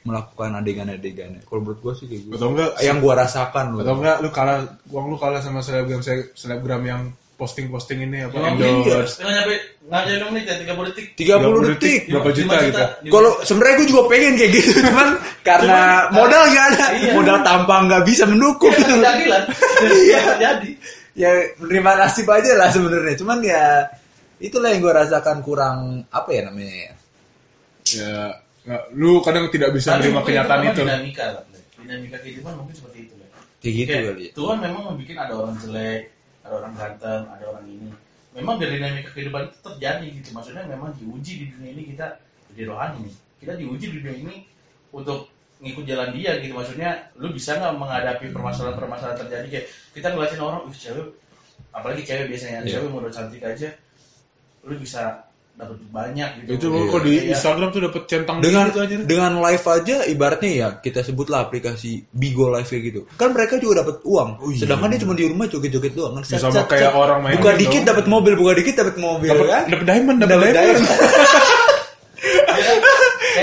D: melakukan adegan-adegannya. Kalau menurut gue sih kayak gitu.
B: Atau enggak-
D: Yang gue rasakan loh.
B: Atau enggak lu kalah uang lu kalah sama selebgram selebgram yang posting-posting ini apa
E: Iya.
B: endorse.
E: Nggak nyampe nggak nyampe enam menit ya 30 detik.
D: 30 detik.
B: berapa
E: Lima
B: juta gitu.
E: Lima
D: Kalau sebenarnya gue juga pengen kayak gitu, cuman karena
B: eh,
D: modal nggak ada,
B: iya.
D: modal tampang nggak bisa mendukung.
E: Nggak jadi lah.
D: Iya.
E: Nggak jadi.
D: ya menerima nasib aja lah sebenarnya, cuman ya itulah yang gue rasakan kurang apa ya namanya. ya.
B: Ya, enggak, lu kadang tidak bisa
E: Tapi
B: menerima
E: mungkin
B: kenyataan
E: memang
B: itu.
E: Dinamika lah. Dinamika kehidupan mungkin seperti itu lah.
D: Kayak
B: Iya.
D: gitu
E: Kayak
D: kali. ya.
E: Tuhan memang membuat ada orang jelek, ada orang ganteng, ada orang ini. Memang biar dinamika kehidupan itu terjadi gitu. Maksudnya memang diuji di dunia ini kita di rohani. Kita diuji di dunia ini untuk ngikut jalan dia gitu. Maksudnya lu bisa nggak menghadapi permasalahan-permasalahan terjadi kayak kita ngeliatin orang, "Ih, cewek apalagi cewek biasanya
D: Iya.
E: cewek mau cantik aja lu bisa dapat banyak gitu.
B: Itu
E: Iya.
B: kok di
E: Kayak-
B: Instagram tuh dapat centang
D: Dengan
B: gitu aja.
D: dengan live aja ibaratnya ya kita sebutlah aplikasi Bigo Live kayak gitu. Kan mereka juga dapat uang. Sedangkan dia cuma di rumah joget-joget doang. Set,
B: Oh iya. sama
D: set,
B: kayak
D: set.
B: orang main
D: Buka
B: gitu.
D: dikit dapat mobil, buka dikit dapat mobil kan.
B: Dapat gitu. diamond, dapat
D: Dapat
B: diamond.
D: diamond.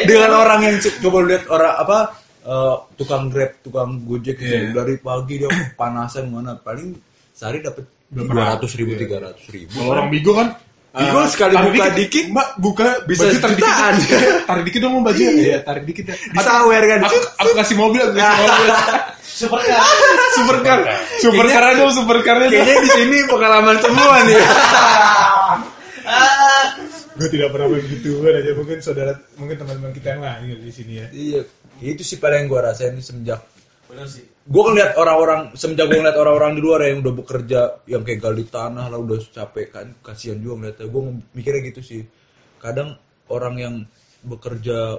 D: dengan orang yang c- coba lu lihat orang apa eh, tukang grab tukang gojek gitu.
B: Iya.
D: dari pagi dia panasan mana paling sehari dapat dua ratus
B: Iya.
D: ribu tiga ratus ribu
B: Kalau orang Bigo kan ah,
D: Bigo sekali
B: tarik
D: buka dikit,
B: Mbak buka
D: bisa
B: baju tarik dikit.
D: jutaan.
B: Tarik dikit dong Mbak baju. Iya, tarik dikit ya.
D: bisa aware kan
B: Aku, aku kasih mobil, aku
D: Ya.
B: kasih mobil.
E: Supercar.
B: supercar supercar dong supercarnya dong
D: kayaknya di sini pengalaman semua nih
E: Ah.
B: gue tidak pernah begituan aja mungkin saudara mungkin teman-teman kita yang lain di sini ya
D: iya itu sih paling gue rasain semenjak
E: Bener sih.
D: gue ngeliat orang-orang semenjak gue ngeliat orang-orang di luar ya, yang udah bekerja yang kayak gali tanah lah udah capek kan kasihan juga ngeliatnya gue mikirnya gitu sih kadang orang yang bekerja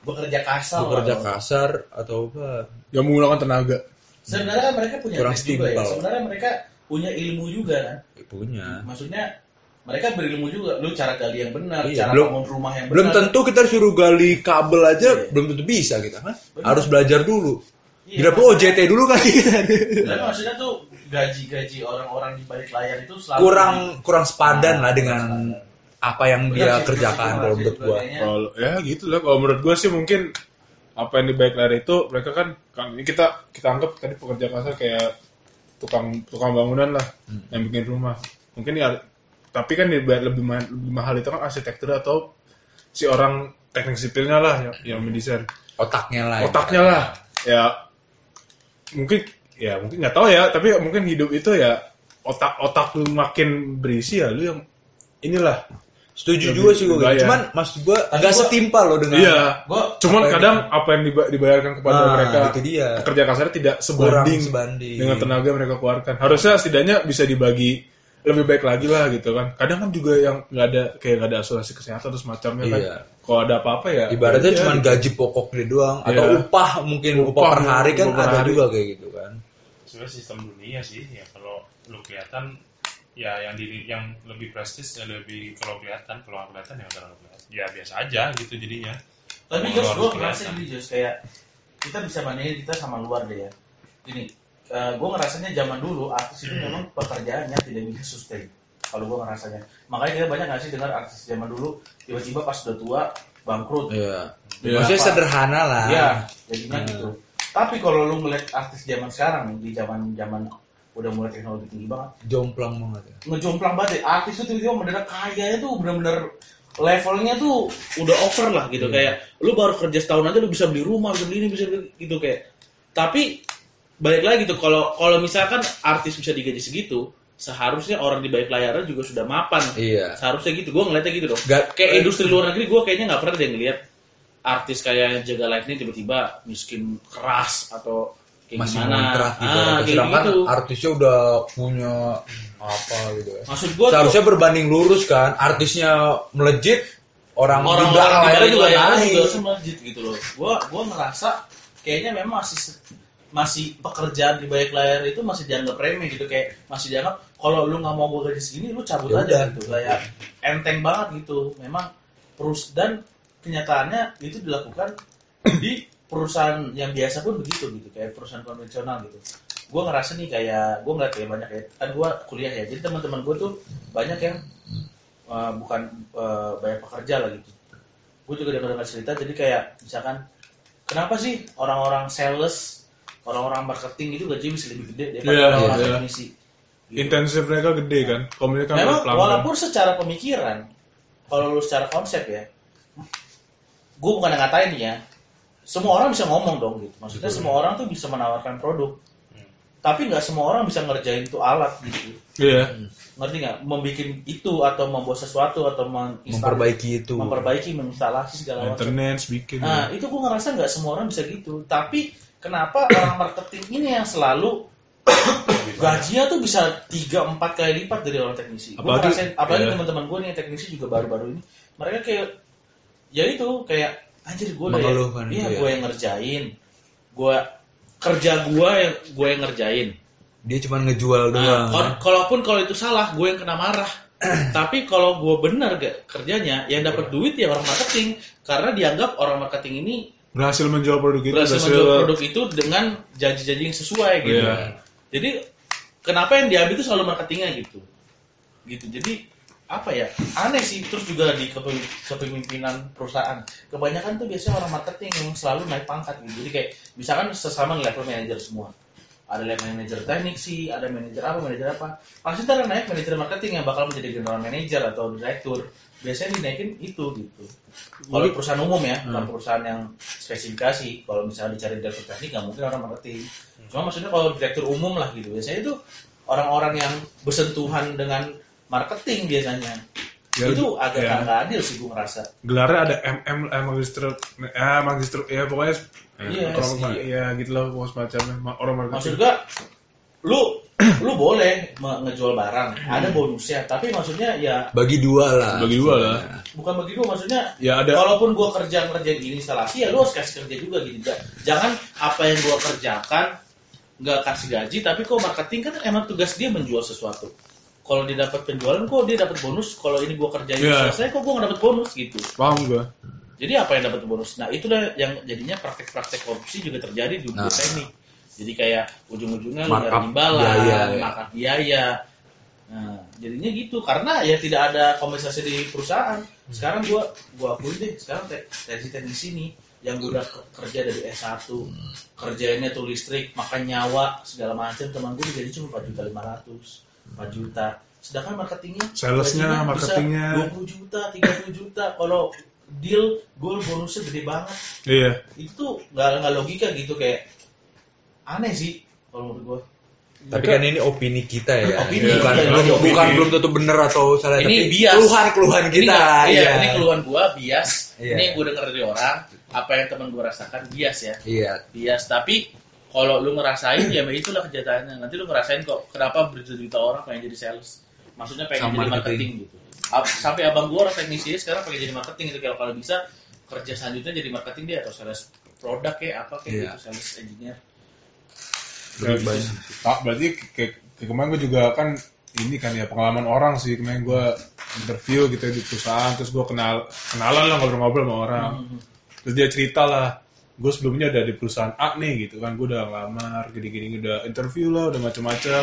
E: Bekerja kasar.
D: bekerja kasar atau apa
B: yang menggunakan tenaga
E: sebenarnya kan mereka punya
D: Kurang
E: duit juga ya.
D: setimpal.
E: sebenarnya mereka punya ilmu juga kan
D: ya, punya
E: maksudnya mereka berilmu juga lu cara gali yang benar
D: Iya,
E: cara
D: belum-
E: bangun rumah yang
D: belum
E: benar
D: tentu kita suruh gali kabel aja belum tentu bisa kita kan harus belajar dulu
E: Iya.
D: Gila pun OJT dulu kan kita.
E: tapi maksudnya tuh gaji-gaji orang-orang di balik layar itu selalu
D: kurang kurang sepadan lah dengan apa yang
E: Benar
D: dia
E: sih,
D: kerjakan
E: benar
D: kalau
E: sih,
D: menurut gua
E: kayaknya.
B: kalau ya gitu lah kalau menurut gue sih mungkin apa yang di baik lari itu mereka kan kan ini kita kita anggap tadi pekerja kasar kayak tukang tukang bangunan lah yang bikin rumah mungkin ya tapi kan dibayar lebih mahal, lebih mahal itu kan arsitektur atau
G: si orang teknik sipilnya lah yang, yang mendesain
D: otaknya lah.
G: otaknya lah ya mungkin ya mungkin nggak tahu ya tapi mungkin hidup itu ya otak otak lu makin berisi ya lu yang inilah
D: Setuju
G: Lebih
D: juga sih gue.
G: dibayar.
D: Cuman maksud gue nggak setimpal loh dengan
G: iya
E: gua- ya?
G: cuman
D: apa yang-
G: kadang apa yang diba- dibayarkan kepada
D: Nah,
G: mereka
D: itu dia.
G: kerja kasarnya tidak
D: kurang
G: sebanding,
D: sebanding.
G: dengan tenaga yang mereka keluarkan harusnya setidaknya bisa dibagi lebih baik lagi lah gitu kan kadang kan juga yang nggak ada kayak nggak ada asuransi kesehatan terus macamnya kan
D: Iya.
G: kalau ada apa-apa ya
D: Ibaratnya
E: Iya.
G: ya,
D: cuman
G: gitu.
D: gaji pokok dia doang atau
G: Iya.
D: upah mungkin upah,
G: Upah,
D: per hari kan
G: upah per
D: ada
G: hari.
D: juga kayak gitu kan.
C: sebenarnya sistem dunia sih ya kalau lu kelihatan ya yang di yang lebih prestis yang lebih kalau kelihatan kalau nggak kelihatan ya udah nggak kelihatan ya biasa aja gitu jadinya Kalau
E: Tapi
C: harus
E: Jos, gue
C: kelihatan.
E: ngerasa gini Jos, kayak kita bisa bandingin kita sama luar deh ya. Gini, gue ngerasanya zaman dulu artis itu memang pekerjaannya tidak bisa sustain. Kalau gue ngerasanya. Makanya kita banyak nggak sih dengar artis zaman dulu tiba-tiba pas udah tua bangkrut.
D: Iya.
G: Iya.
D: Maksudnya
E: Apa?
D: sederhana lah.
E: Iya, jadinya gitu. Tapi kalau lu ngeliat artis zaman sekarang di zaman zaman udah mulai teknologi tinggi banget,
D: Jomplang banget ya.
E: ngejomplang banget. deh. Artis itu tiba-tiba mendadak kaya itu benar-benar levelnya tuh udah over lah gitu kayak lu baru kerja setahun aja lu bisa beli rumah bisa beli ini bisa beli gitu kayak tapi balik lagi tuh kalau kalau misalkan artis bisa digaji segitu seharusnya orang di balik layarnya juga sudah mapan
D: Iya.
E: seharusnya gitu gue ngeliatnya gitu dong
D: Gak-
E: kayak industri luar negeri gue kayaknya nggak pernah deh ngeliat artis kayak jaga lightning tiba-tiba miskin keras atau kayak
D: Masih
E: gimana
D: ngontrak gitu.
E: ah, kayak
D: Sedangkan
E: gitu
D: artisnya udah punya apa gitu ya.
E: maksud gue tuh
D: Seharusnya berbanding lurus kan. Artisnya melejit, orang
E: orang
D: di
E: orang
D: belakang
E: di
D: layarnya
E: balik
D: juga
E: layarnya
D: naik.
E: juga semua gitu, gitu loh gua gua ngerasa kayaknya memang masih se- masih pekerjaan di balik layar itu masih dianggap remeh gitu kayak masih dianggap kalau lu nggak mau gua gaji segini lu cabut
D: Ya udah.
E: aja gitu kayak enteng banget gitu memang perus dan kenyataannya itu dilakukan di perusahaan yang biasa pun begitu gitu kayak perusahaan konvensional gitu gue ngerasa nih kayak gue ngeliat kayak banyak ya kan gue kuliah ya jadi teman-teman gue tuh banyak yang eh, bukan eh, banyak pekerja lah gitu gue juga dengar dengar cerita jadi kayak misalkan kenapa sih orang-orang sales orang-orang marketing itu gajinya bisa lebih gede daripada
G: Iya,
E: orang-orang
G: iya.
E: teknisi Gitu.
G: intensif mereka gede kan komunikasi
E: Memang walaupun secara pemikiran, kalau lu secara konsep ya, gue bukan yang ngatain ya, semua orang bisa ngomong dong gitu. Maksudnya semua orang tuh bisa menawarkan produk,
G: Hmm.
E: tapi nggak semua orang bisa ngerjain tuh alat gitu.
G: iya
E: Ngerti nggak? Membikin itu atau membuat sesuatu atau menginstal-
D: Memperbaiki itu.
E: memperbaiki,
D: Nah,
E: menginstalasi segala macam.
G: internet bikin
E: Nah, itu gue ngerasa nggak semua orang bisa gitu. Tapi kenapa orang marketing ini yang selalu gajinya tuh bisa 3 4 kali lipat dari orang teknisi. Gua
G: Apalagi-
E: ngerasain- apalagi
G: iya.
E: teman-teman gue nih yang teknisi juga baru-baru ini. Mereka kayak ya itu kayak anjir gue
D: Mengeluhkan
E: iya
D: itu ya.
E: gue yang ngerjain. Gue kerja gue yang gue yang ngerjain.
D: Dia cuma ngejual doang.
E: Nah, kal- kalaupun kalau itu salah, gue yang kena marah. Tapi kalau gue bener gak kerjanya, yang dapat duit ya orang marketing karena dianggap orang marketing ini
G: berhasil menjual produk itu
E: berhasil menjual produk itu dengan janji-janji yang sesuai gitu.
G: Iya.
E: Jadi kenapa yang diambil itu selalu marketingnya gitu, gitu. Jadi apa ya aneh sih terus juga di kepem- kepemimpinan perusahaan kebanyakan tuh biasanya orang marketing yang selalu naik pangkat gitu. Jadi kayak misalkan sesama level manajer semua ada level manajer teknik sih, ada manajer apa, manajer apa. Pasti ntar yang naik manajer marketing yang bakal menjadi general manager atau direktur. Biasanya dinaikin itu gitu. Kalau di perusahaan umum ya, bukan
G: Hmm.
E: perusahaan yang spesifikasi. Kalau misalnya dicari direktur teknik nggak mungkin orang marketing.
G: Hmm.
E: Cuma maksudnya kalau direktur umum lah gitu. Biasanya itu orang-orang yang bersentuhan dengan marketing biasanya.
G: Ya,
E: itu agak
G: ya.
E: nggak adil sih gue ngerasa.
G: gelarnya ada MM eh, magister eh magister ya pokoknya
E: Iya,
G: orang
E: iya.
G: ya gitu loh pokoknya semacamnya Ma- orang marketing
E: maksud gua lu lu boleh me- ngejual barang ada
G: Hmm.
E: bonusnya tapi maksudnya ya
D: Bagi dua lah.
G: Bagi dua lah.
E: bukan bagi gua maksudnya
G: Ya, ada-
E: walaupun gua kerja ngerjain ini instalasi ya lu harus kasih kerja juga gitu Ja- jangan apa yang gua kerjakan nggak kasih gaji tapi kok marketing kan emang tugas dia menjual sesuatu kalau dia dapat penjualan kok dia dapat bonus kalau ini gua kerjain
G: Iya.
E: selesai kok gua nggak dapat bonus gitu
G: paham gue
E: jadi apa yang dapat bonus? Nah itulah yang jadinya praktek-praktek korupsi juga terjadi di
D: Nah.
E: dunia teknik. Jadi kayak ujung-ujungnya lu
D: Markup
E: nggak imbalan,
D: biaya,
E: biaya,
D: ya.
E: markup biaya. Nah, jadinya gitu karena ya tidak ada kompensasi di perusahaan. Sekarang gua gua akui deh, sekarang te teknisi teknisi sini yang udah ke- kerja dari S1, kerjanya tuh listrik, makan nyawa segala macam, teman gue jadi cuma 4 juta 500, 4 juta. Sedangkan marketingnya
G: Salesnya,
E: gajinya bisa
G: marketingnya.
E: 20 juta, 30 juta. Kalau deal gol bonusnya gede banget
G: Iya.
E: itu tuh nggak nggak logika gitu kayak aneh sih kalau menurut gue
D: Tapi kan ini opini kita ya.
E: Opini,
D: bukan
E: iya,
D: belum,
E: iya, opini.
D: bukan belum tentu benar atau salah.
E: Ini
D: tapi
E: bias.
D: keluhan-keluhan kita.
E: ini,
D: iya.
E: iya, ini keluhan gue bias
D: Iya.
E: ini yang gue denger dari orang apa yang teman gue rasakan bias ya
D: Iya.
E: bias tapi kalau lu ngerasain ya itulah kenyataannya nanti lu ngerasain kok kenapa berjuta-juta orang pengen jadi sales maksudnya pengen
D: Sama
E: jadi marketing
D: marketing.
E: gitu Ab- sampai abang gua orang teknisi sekarang pengen jadi marketing gitu kalau kalau bisa kerja selanjutnya jadi marketing dia atau sales produk ya apa kayak
D: Iya.
E: gitu sales engineer
G: Iya.
B: Kayak- Ah, berarti kayak, kayak kemarin gue juga kan ini kan ya pengalaman orang sih kemarin gue interview gitu di perusahaan terus gue kenal kenalan lah ngobrol-ngobrol sama orang
G: Hmm.
B: terus dia cerita lah gue sebelumnya udah di perusahaan A nih gitu kan gue udah ngelamar gini-gini udah interview lah udah macam-macam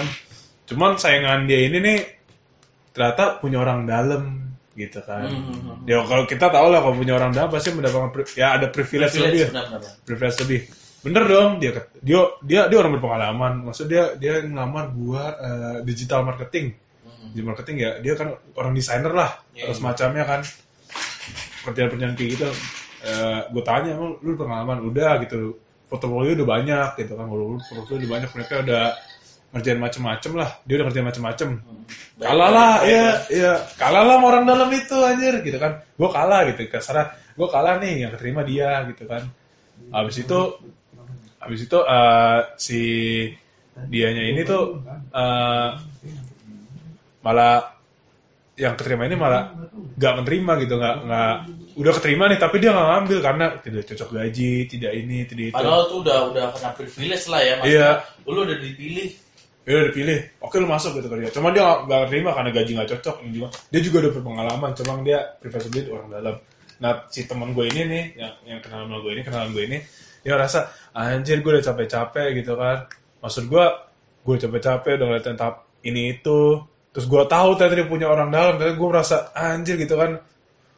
B: cuman saingan dia ini nih ternyata punya orang dalam gitu
E: Hmm,
B: kan
G: Hmm.
B: ya kalau kita tahu lah kalau punya orang dalam pasti mendapatkan pri- ya ada privilege, lebih
E: privilege benar-benar
B: privilege lebih bener dong dia ket- dia dia dia orang berpengalaman maksud dia dia ngelamar buat eh, digital marketing digital marketing ya dia kan orang desainer lah
G: Ya,
B: terus macamnya kan kerjaan kerjaan kayak gitu gue tanya emang lu pengalaman udah gitu portfolio udah banyak gitu kan lu lu portfolio udah banyak mereka udah ngerjain macem-macem lah dia udah ngerjain macem-macem kalah lah ya ya kalah lah sama orang dalam itu anjir gitu kan gue kalah gitu kasarnya gue kalah nih yang keterima dia gitu kan habis itu habis itu eh, si dianya ini tuh eh, malah yang keterima ini malah nggak menerima gitu nggak nggak udah keterima nih tapi dia nggak ngambil karena tidak cocok gaji tidak ini tidak itu
E: padahal tuh udah udah kena privilege lah
D: Iya.
E: ya maksudnya lu udah dipilih
B: ya udah dipilih oke lu masuk gitu kerja cuma dia nggak- nggak terima karena gaji nggak cocok ini juga dia juga udah berpengalaman cuma dia privasi dia orang dalam nah si teman gue ini nih yang yang kenal sama gue ini kenalan gue ini dia ngerasa anjir gue udah capek-capek gitu kan maksud gue gue capek-capek udah ngeliatin tahap ini itu terus gue tahu ternyata dia punya orang dalam ternyata gue merasa anjir gitu kan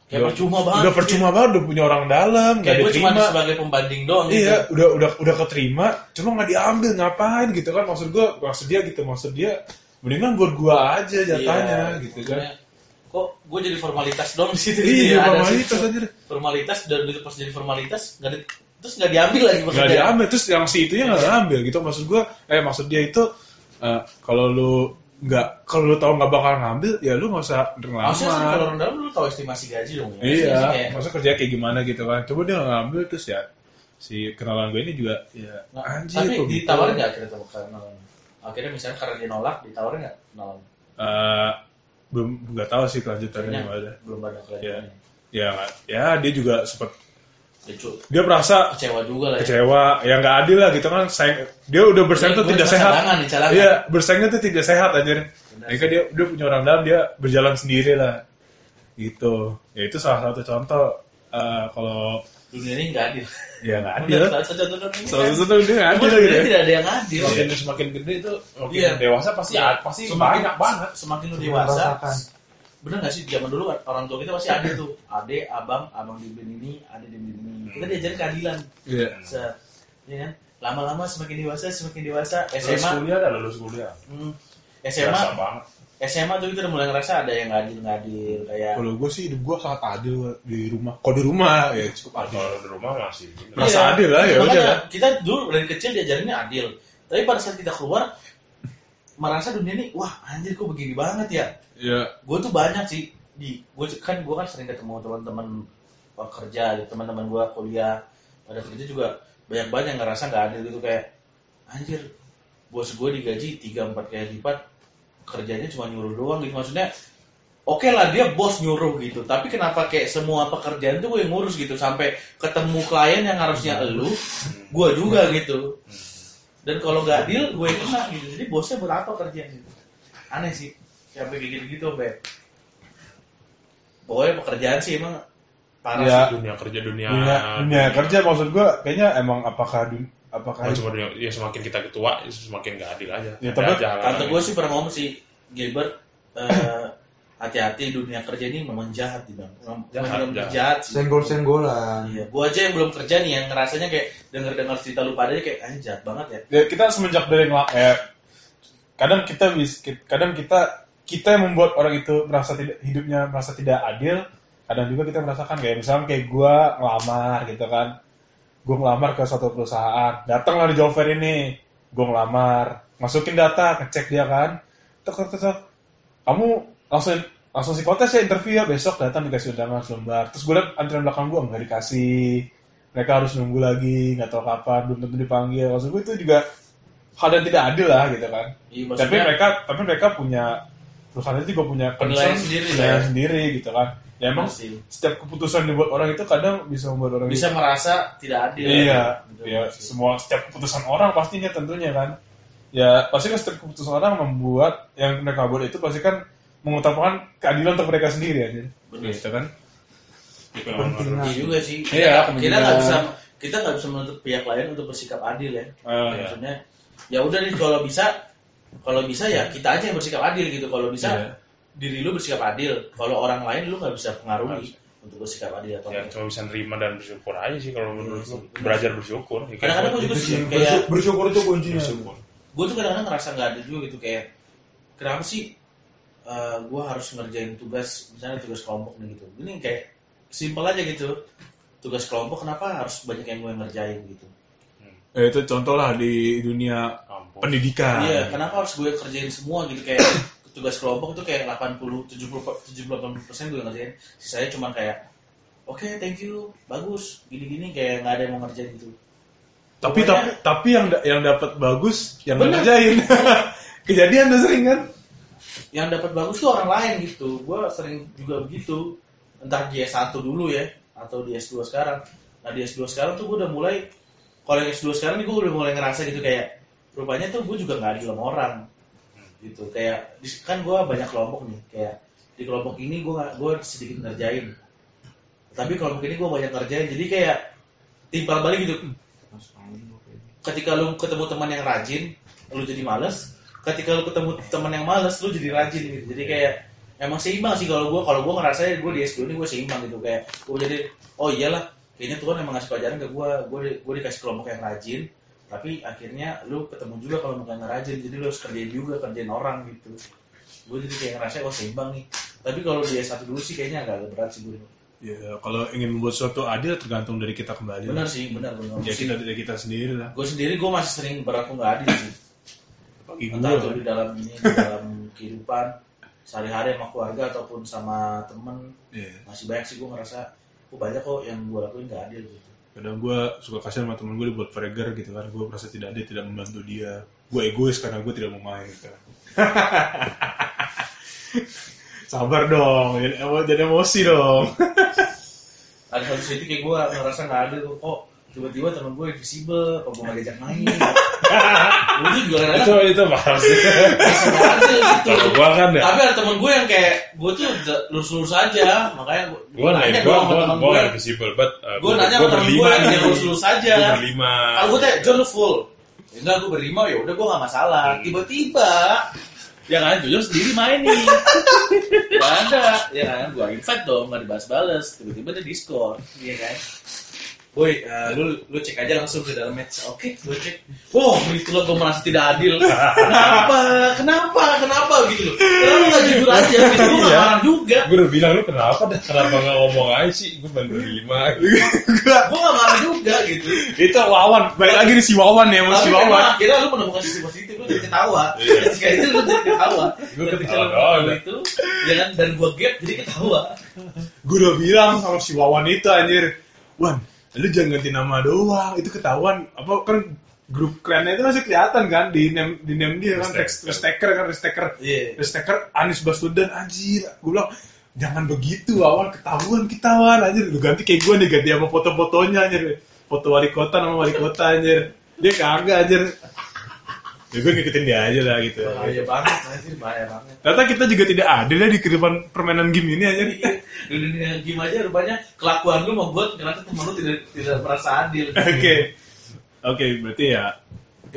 E: ya
B: Udah-
E: percuma banget gitu ya.
B: udah percuma banget udah punya orang dalam nggak
E: kayak gue cuma
B: diterima
E: sebagai pembanding doang gitu.
B: Iya, udah udah udah keterima, cuma nggak diambil ngapain gitu kan? Maksud gua, maksud dia gitu, maksud dia mendingan buat gua aja
E: Iya,
B: jatahnya gitu kan?
E: maksudnya, kok gue jadi formalitas dong di situ gitu
B: Iya,
E: ya, ada
B: formalitas
E: situ.
B: aja.
E: formalitas dan begitu pas jadi formalitas nggak di- terus nggak diambil lagi
B: Nggak
E: maksudnya.
B: diambil, terus yang si itunya nggak diambil gitu. Maksud gua, eh maksud dia itu eh, kalau lu nggak kalau lu tahu nggak bakal ngambil, ya lu nggak usah
E: maksudnya sih kalau
B: ngelamar.
E: orang dalam lu tahu estimasi gaji dong ya Maksudnya sih
B: Iya,
E: kayak,
B: maksud kerja kayak gimana gitu kan? Coba dia nggak ngambil terus ya si kenalan gue ini juga ya
E: nggak-
B: anjir
E: nah, tapi
B: kok gitu.
E: ditawarin nggak akhirnya tuh karena akhirnya misalnya karena dia nolak ditawarin nggak nolak
B: Eh, belum nggak tahu sih kelanjutannya
E: Kayaknya
B: gimana
E: belum ada
B: ya
E: kelihatannya
B: ya ya dia juga sempat
E: ya cu,
B: dia merasa
E: kecewa juga lah ya
B: kecewa ya nggak adil lah gitu kan saing dia udah bersaing
E: Ini
B: tuh
E: Iya, gua
B: tidak
E: cuma
B: sehat
E: cadangan nih, cadangan.
B: iya bersaingnya tuh tidak sehat anjir mereka dia dia punya orang dalam dia berjalan sendiri lah gitu ya itu salah satu contoh eh, kalau
E: dunia ini nggak adil
B: ya nggak adil
E: Bener, salah satu contoh dunia ini
B: salah
E: kan.
B: satu contoh dia nggak
E: Cuma
B: adil gitu
E: dunia
B: ya
E: tidak ada yang adil
B: Semakin- semakin gede itu makin
E: Iya.
B: dewasa pasti
E: Iya.
B: pasti
E: Semakin-
B: banyak banget
E: semakin lu
F: Cuma
E: dewasa
F: merasakan.
E: bener gak sih zaman dulu kan, orang tua kita masih ada tuh ade abang abang dibeliin ini ade dibeliin ini
B: Hmm.
E: kita diajarin keadilan
B: iya
E: Se- ya kan? lama-lama semakin dewasa semakin dewasa
C: Lulus
E: SMA
C: kuliah dah lulus kuliah.
E: hmm,
C: Berasa
E: SMA
C: banget.
E: SMA tuh kita udah mulai ngerasa ada yang nggak adil nggak adil kayak
B: kalau gue sih hidup gue sangat adil di rumah kalau di rumah ya cukup adil
C: Kalau di rumah masih. gitu.
B: Merasa
E: Iya.
B: adil lah, ya
E: Makanya
B: udah.
E: kita dulu dari kecil diajarinnya adil tapi pada saat kita keluar merasa dunia ini wah anjir kok begini banget ya
B: ya
E: gue tuh banyak sih di gue kan gue kan sering ketemu teman-teman kerja gitu, teman-teman gue kuliah pada kerja juga banyak banget yang ngerasa nggak adil gitu kayak anjir bos gue digaji 3 4 kali lipat kerjanya cuma nyuruh doang gitu maksudnya oke lah dia bos nyuruh gitu tapi kenapa kayak semua pekerjaan tuh gue yang ngurus gitu sampai ketemu klien yang harusnya elu gue juga gitu dan kalau nggak adil gue yang kena gitu jadi bosnya buat apa kerjaan gitu aneh sih sampai kayak gitu gitu Beb. pokoknya pekerjaan sih emang parah
B: Iya.
E: sih
C: Dunia kerja dunia.
B: dunia, dunia kerja maksud gue kayaknya emang apakah dun- apakah
C: Bukan cuma dunia, ya semakin kita ketua, ya semakin gak adil aja.
B: Ya,
C: Ada
B: tapi
C: aja halangan.
E: tante gue sih pernah ngomong sih Gilbert eh, hati-hati dunia kerja ini memang jahat di bang memang
C: Jahat,
E: memang
C: jahat.
E: jahat sih
F: Senggol-senggolan.
E: Iya, gua aja yang belum kerja nih yang ngerasanya kayak denger-dengar cerita lu padanya kayak anjir jahat banget ya.
B: ya, kita semenjak dari ngelak ya, kadang kita bis- kadang kita kita yang membuat orang itu merasa tidak hidupnya merasa tidak adil kadang juga kita merasakan kayak misalnya kayak gue ngelamar gitu kan gue ngelamar ke suatu perusahaan datanglah di job fair ini gue ngelamar masukin data ngecek dia kan tek tek tek, tek. kamu langsung langsung psikotes ya interview ya besok datang dikasih undangan selembar terus gue liat antrian belakang gue nggak dikasih mereka harus nunggu lagi nggak tahu kapan belum tentu dipanggil maksud gue itu juga hal yang tidak adil lah gitu kan
E: Iya,
B: tapi
E: maksudnya-
B: mereka tapi mereka punya perusahaan itu juga punya concern,
E: Penilaian sendiri lah
B: penilaian
E: ya.
B: sendiri gitu kan ya emang
E: Pasti.
B: setiap keputusan yang dibuat orang itu kadang bisa membuat orang
E: bisa merasa tidak adil
B: Iya,
E: Betul,
B: iya.
E: pasti.
B: Semua setiap keputusan orang pastinya tentunya kan. Ya pasti kan setiap keputusan orang membuat yang mereka buat itu pasti kan mengutamakan keadilan untuk mereka sendiri aja.
E: Bener.
B: Gitu kan?
C: gitu,
E: Iya juga sih. Kita,
B: Iya,
E: kita
B: kemungkinan.
E: nggak bisa kita nggak bisa menuntut pihak lain untuk bersikap adil ya.
B: Iya. Ah,
E: Maksudnya ya udah nih kalau bisa kalau bisa ya kita aja yang bersikap adil gitu. Kalau bisa
B: Iya.
E: diri lu bersikap adil. Kalau orang lain lu nggak bisa pengaruhi untuk bersikap adil atau
C: ya
E: enggak.
C: cuma bisa nerima dan bersyukur aja sih kalau menurut
E: Iya
C: lu
E: sih, bener.
C: belajar bersyukur ya,
E: Kadang-kadang Iya. gue juga sih kayak
D: bersyukur itu kuncinya
C: bersyukur
E: gue tuh kadang-kadang ngerasa nggak adil juga gitu kayak kenapa sih eh gue harus ngerjain tugas misalnya tugas kelompok nih gitu. Ini kayak simpel aja gitu tugas kelompok kenapa harus banyak yang gue ngerjain gitu.
B: Ya, itu contoh lah di dunia
C: Ampun.
B: pendidikan.
E: Iya, kenapa harus gue kerjain semua gitu kayak tugas kelompok tuh kayak 80 70 per- 70 80% gue ngerjain. Sisanya cuma kayak oke, thank you, bagus, gini-gini kayak nggak ada yang mau ngerjain gitu. itu.
B: Tapi tapi
E: Pokoknya-
B: tapi yang da- yang dapat bagus yang
E: Bener.
B: ngerjain. Kejadian udah sering kan?
E: Yang dapat bagus tuh orang lain gitu. Gue sering juga begitu. Entah di S1 dulu ya atau di S2 sekarang. Nah, di S2 sekarang tuh gue udah mulai kalau yang S2 sekarang nih gue udah mulai ngerasa gitu kayak rupanya tuh gue juga nggak adil sama orang gitu kayak di- kan gue banyak kelompok nih kayak di kelompok ini gue gue sedikit ngerjain tapi kelompok ini gue banyak ngerjain jadi kayak timpal balik gitu ketika lu ketemu teman yang rajin lu jadi males ketika lu ketemu teman yang males lu jadi rajin gitu jadi
B: Iya.
E: kayak emang seimbang sih kalau gue kalau gue ngerasa gue di S2 ini gue seimbang gitu kayak gue jadi oh iyalah kayaknya Tuhan emang ngasih pelajaran ke gue gue di- gue dikasih kelompok yang rajin tapi akhirnya lu ketemu juga kalau bukan rajin jadi lu harus kerjain juga kerjain orang gitu gue jadi kayak ngerasa oh seimbang nih tapi kalau di S1 dulu sih kayaknya agak berat sih gue
B: Ya, kalau ingin membuat sesuatu adil tergantung dari kita kembali.
E: benar sih benar benar
B: Ya kita dari kita sendiri lah.
E: gue sendiri gue masih sering beraku nggak adil sih
C: Oh,
B: Bagi
C: iya.
E: entah itu
B: gue.
E: di dalam ini di dalam kehidupan sehari-hari sama keluarga ataupun sama temen
B: Iya.
E: masih banyak sih gue ngerasa gue banyak kok yang gue lakuin gak adil gitu
B: kadang gue suka kasihan sama temen gue dibuat Fragger gitu kan gue merasa tidak adil tidak membantu dia gue egois karena gue tidak mau main gitu kan. sabar dong jadi, emo- jadi emosi dong
E: ada satu sisi kayak gue ngerasa gak adil tuh kok tiba-tiba temen gue invisible apa gue gak diajak main gue tuh juga
C: itu
E: kadang
C: itu bahas
E: ngerasa gak adil
C: kalau
E: gitu
C: gua kan ya
E: tapi ada temen gue yang kayak gue tuh udah lurus-lurus aja makanya gue
C: gua nanya
E: nanya
C: gua
E: dong sama
C: gua
E: temen
C: gua
E: gue
C: nggak visible but uh,
E: gue nanya sama temen gue
C: berlima
E: yang
C: nih.
E: yang lurus-lurus aja
B: ya.
C: Gua berlima
E: Kalau gue tanya, John lu full? Ya Enggak, gue berlima ya udah gue gak masalah. Tiba-tiba ya kan John sendiri main nih. gak ada, ya kan gue invite dong gak dibales-bales. Tiba-tiba dia discord, ya kan. Boy, eh, lu lu cek aja langsung ke dalam match. Oke, gue cek. Wow, itu lo gue merasa tidak adil. Kenapa? Kenapa? Kenapa gitu loh? Kenapa gak jujur aja? Gitu, gue gak
C: Iya.
E: marah juga.
C: gua udah bilang lu kenapa dah kenapa nggak ngomong aja sih gua baru berlima
E: Gue gak marah juga gitu.
B: itu wawan balik lagi di si wawan ya
E: Tapi memang akhirnya lu menemukan sisi positif, lu jadi ketawa.
C: Iya.
E: Ketika itu lu jadi ketawa.
C: Gua
E: Ketika
C: ketawa
E: lu
C: doang.
E: melakukan itu, ya kan? Dan gua gap jadi ketawa.
B: gue udah bilang sama si wawan itu anjir wan lu jangan ganti nama doang itu ketahuan apa kan grup kerennya itu masih kelihatan kan di name di name dia kan
C: Hashtag.
B: restaker kan restaker
E: Iya.
B: Terus taker Anies Baswedan anjir. Gue bilang jangan begitu awal ketahuan ketahuan anjir. Lu ganti kayak gue nih ganti sama foto-fotonya anjir. Foto wali kota sama wali kota anjir. Dia kagak anjir. Ya gue ngikutin dia aja lah gitu.
E: Bahaya banget, anjir, bahaya banget.
B: Ternyata kita juga tidak adil ya di kehidupan permainan game ini anjir.
E: Iya. Di dunia game aja rupanya kelakuan lu membuat ternyata temen lu tidak tidak merasa adil.
B: Oke. Oke, berarti ya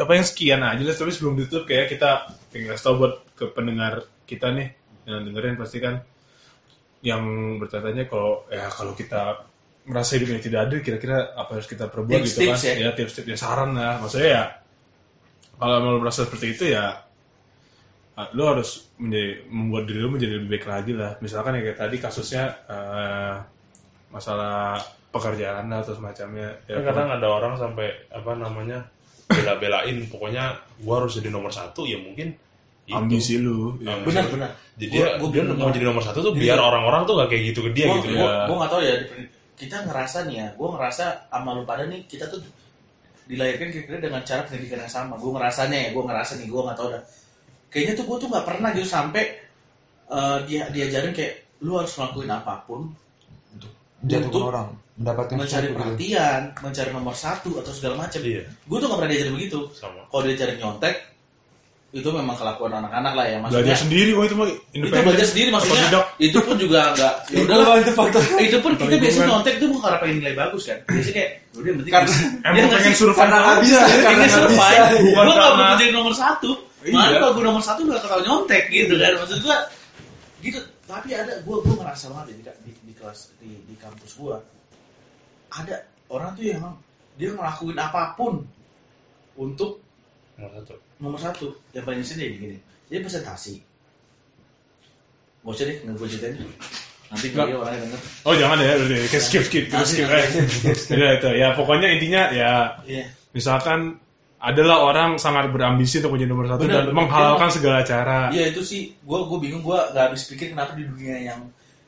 B: apa yang sekian aja lah tapi sebelum ditutup kayak kita pengen ngasih tau buat ke pendengar kita nih yang dengerin pasti kan yang bertanya kalau ya kalau kita merasa hidupnya tidak adil kira-kira apa yang harus kita perbuat gitu
E: Tips-tips
B: kan ya tips-tips ya saran lah maksudnya ya kalau emang lu merasa seperti itu ya ah, lo harus menjadi, membuat diri lo menjadi lebih baik lagi lah misalkan ya kayak tadi kasusnya eh, masalah pekerjaan lah atau semacamnya ya,
C: Kan kadang ada orang sampai apa namanya bela-belain pokoknya gua harus jadi nomor satu ya mungkin itu.
B: ambisi lo ya.
C: Ambisi.
E: benar benar
C: jadi
E: Gua-
C: dia,
E: gua
C: dia
E: bener
C: mau
E: banget.
C: jadi nomor satu tuh biar orang-orang tuh gak kayak gitu ke dia
E: gue
C: gitu
E: gua,
C: ya.
E: gua nggak tahu ya kita ngerasa nih ya gue ngerasa sama lu pada nih kita tuh dilahirkan kira-kira dengan cara pendidikan yang sama gue ngerasanya ya gue ngerasa nih gue nggak tahu dah kayaknya tuh gue tuh nggak pernah gitu sampai eh, dia diajarin kayak lu harus ngelakuin apapun
H: jatuh
E: untuk
H: orang mendapatkan
E: mencari
H: sesuatu gitu.
E: perhatian mencari nomor satu atau segala macam
C: Iya,
E: gue tuh nggak pernah diajarin begitu
C: sama.
E: kalau diajarin nyontek itu memang kelakuan anak-anak lah ya maksudnya
B: belajar sendiri kok itu mah
E: itu
B: independen
E: belajar sendiri maksudnya
B: Otodidak.
E: itu pun juga nggak ya udah lah.
D: itu faktor.
E: itu pun kita
B: Otodidak
E: biasanya
B: kan.
E: nyontek tuh bukan karena pengen nilai bagus kan biasanya kayak udah yang penting Ya
D: Karena-
E: dia
B: emang pengen
E: ngasih-
B: survive
D: Karena
B: doang.
D: nggak bisa,
E: ya, pengen
D: karena nggak
E: survive
D: bisa.
E: gue
B: Bukan
E: nggak
B: karena-
E: mau jadi nomor satu malah
B: Iya.
E: kalau gue nomor satu udah bakal nyontek gitu kan maksud gue gitu tapi ada gue gue ngerasa banget ya, di, di, di kelas di, di kampus gue ada orang tuh yang emang dia ngelakuin apapun untuk
C: Nomor satu.
E: nomor satu yang paling sedih gini dia presentasi gak usah deh nggak gue ceritain nanti gue dia orangnya denger
B: oh jangan ya udah deh. Kayak skip skip terus skip eh. Udah, itu ya pokoknya intinya ya
E: iya
B: misalkan adalah orang sangat berambisi untuk menjadi nomor satu
E: Benar,
B: dan
E: benar.
B: menghalalkan segala cara.
E: iya itu sih gue gue bingung gue nggak habis pikir kenapa di dunia yang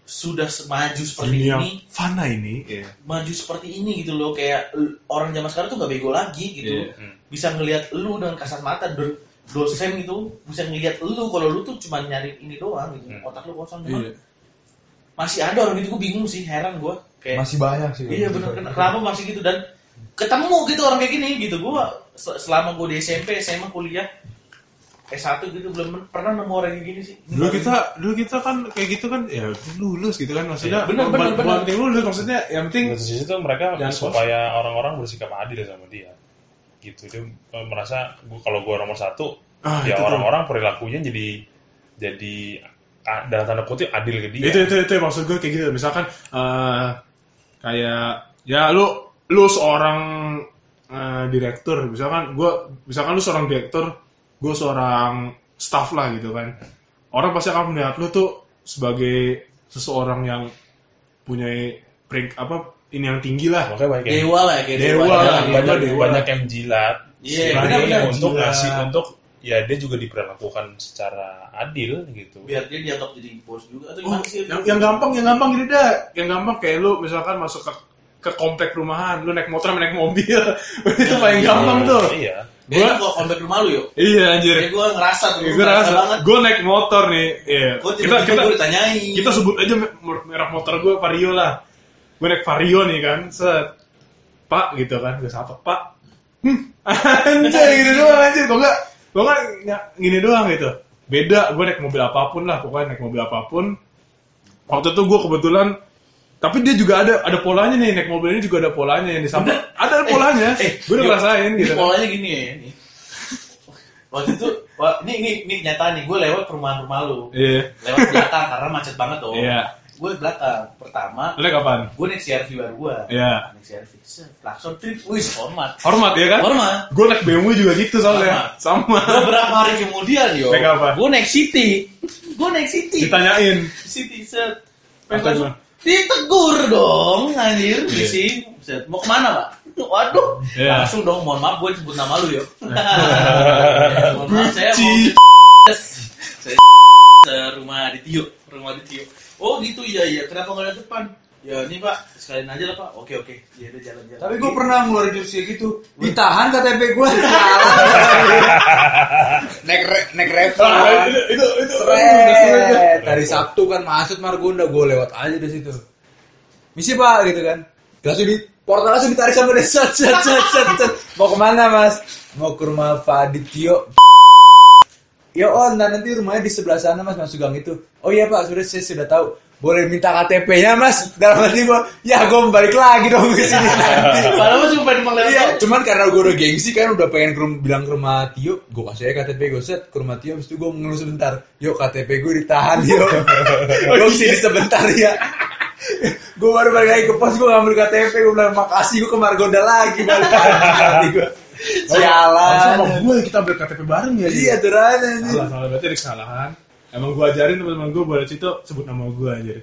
E: sudah maju seperti
B: Dunia
E: ini
B: fana ini,
E: Iya. maju seperti ini gitu loh kayak l- orang zaman sekarang tuh nggak bego lagi gitu
B: Iya.
C: Hmm.
E: bisa ngelihat lu dengan kasat mata do- dosen itu bisa ngelihat lu kalau lu tuh cuma nyari ini doang gitu
C: Hmm.
E: otak lu kosong Cuman masih ada orang itu gue bingung sih heran gue kayak
H: masih banyak sih
E: Iya benar. Ken- Kenapa masih gitu dan ketemu gitu orang kayak gini gitu. Gua se- selama gua di SMP, SMA, kuliah S1 gitu belum men- pernah nemu orang kayak gini sih. Ini
B: Dulu
E: baru-
B: kita, dulu kita kan kayak gitu kan, ya lulus gitu kan maksudnya.
E: Iya, benar, benar,
B: bukan- bukan
E: benar.
B: penting lulus maksudnya, yang penting
C: Di satu sisi tuh mereka
B: Jangan
C: supaya orang-orang bersikap adil ya sama dia. Gitu dia eh, merasa gua kalau gua nomor satu,
B: Ah,
C: ya
B: itu tuh.
C: orang-orang perilakunya jadi jadi ah, dalam tanda kutip adil ke dia.
B: itu itu itu yang maksud gue kayak gitu. Misalkan eh, kayak ya lu lu seorang eh, direktur, misalkan gua misalkan lu seorang direktur, gue seorang staff lah gitu kan. Orang pasti akan melihat lu tuh sebagai seseorang yang punya prank apa ini yang tinggi lah.
C: Makanya banyak yang
E: dewa lah ya, kayak
B: Dewa
E: dewa.
B: lah.
C: banyak, banyak,
B: Dewa.
C: banyak yang jilat.
E: Iya,
C: Sehingga
E: benar-benar.
C: untuk
B: Jilat.
C: ngasih untuk ya dia juga diperlakukan secara adil gitu.
B: Iya,
E: Biar dia dianggap jadi bos juga atau
B: Oh,
E: gimana sih?
B: yang, yang gampang, yang gampang gitu dah. Yang gampang kayak lu misalkan masuk ke ke komplek rumahan, lu naik motor, sama naik mobil. itu paling
E: iya.
B: gampang tuh.
C: Iya.
E: Dia
B: Gua-
E: kan gua kontak rumah lu yuk.
B: Iya anjir.
E: Ya gua ngerasa tuh.
B: gue rasa,
E: banget.
B: gue naik motor nih. Iya.
E: Gua
B: Kita
E: tiba-tiba
B: kita
E: gua ditanyain.
B: kita sebut aja me- merek motor gue Vario lah. Gue naik Vario nih kan. Set. Pak gitu kan, gue sapa Pak. Hmm. anjir gitu doang anjir. Gue enggak gue enggak gini doang gitu. Beda gue naik mobil apapun lah, pokoknya naik mobil apapun. Waktu itu gue kebetulan tapi dia juga ada ada polanya nih naik mobil ini juga ada polanya yang disampa ada polanya
E: eh,
B: gue udah
E: yuk.
B: ngerasain
E: Ini
B: gitu
E: polanya gini ya. ini. Waktu itu, wah, ini, ini, ini kenyataan nih, gue lewat perumahan rumah lu
B: iya
E: Lewat belakang, karena macet banget tuh
B: iya
E: Gue belakang, pertama
B: lu naik apaan
E: gue naik CRV baru gue
B: iya
E: naik CRV set, klakson trip wis hormat
B: hormat ya kan
E: hormat
B: Gue naik BMW juga gitu soalnya. Sama.
E: beberapa hari kemudian yo
B: Naik apa?
E: gue naik City gue naik City
B: Ditanyain.
E: City set
B: Apa
E: Pas
B: gimana?
E: ditegur dong anjir di
B: Iya.
E: sini set mau kemana pak waduh
B: Iya.
E: langsung dong mohon maaf gue sebut nama lu yo mohon maaf saya mau
B: Ci.
E: saya ke rumah di Tio rumah di Tio oh gitu ya ya kenapa nggak ada depan ya ini pak sekalian aja lah pak oke oke ya udah jalan jalan
D: Tapi gue pernah ngeluarin jurus kayak gitu. Ditahan KTP gue. naik re, naik Revel.
B: itu itu itu.
D: Seret. Dari Sabtu kan masuk Margonda gue lewat aja di situ. Misi pak gitu kan. Langsung di portal langsung ditarik sama dia. Set, set, set, set, set. Mau kemana mas? Mau ke rumah Pak Adityo. Ya on, nah, nanti rumahnya di sebelah sana mas masuk gang itu. Oh iya pak, sudah saya sudah tahu. Boleh minta KTP-nya mas? Dalam hati gue, ya gue balik lagi dong ke sini nanti.
E: Padahal cuma pengen melihat
D: Iya, cuman karena gue udah gengsi kan udah pengen ke rum- bilang ke rumah Tio, gue kasih aja KTP gue set ke rumah Tio, habis itu gue ngeluh sebentar, yuk KTP gue ditahan yuk,
B: Oh,
D: gue
B: iya.
D: kesini sebentar ya. gue baru balik lagi ke pos, gue ngambil KTP, gue bilang makasih, gue ke Margonda lagi balik lagi. Hati gue.
B: Harusnya
I: Sialan.
B: sama gue kita ambil KTP bareng ya.
I: Iya turan anjing.
B: Salah, salah. Berarti ada kesalahan. Emang gue ajarin teman-teman gue buat itu sebut nama gue aja.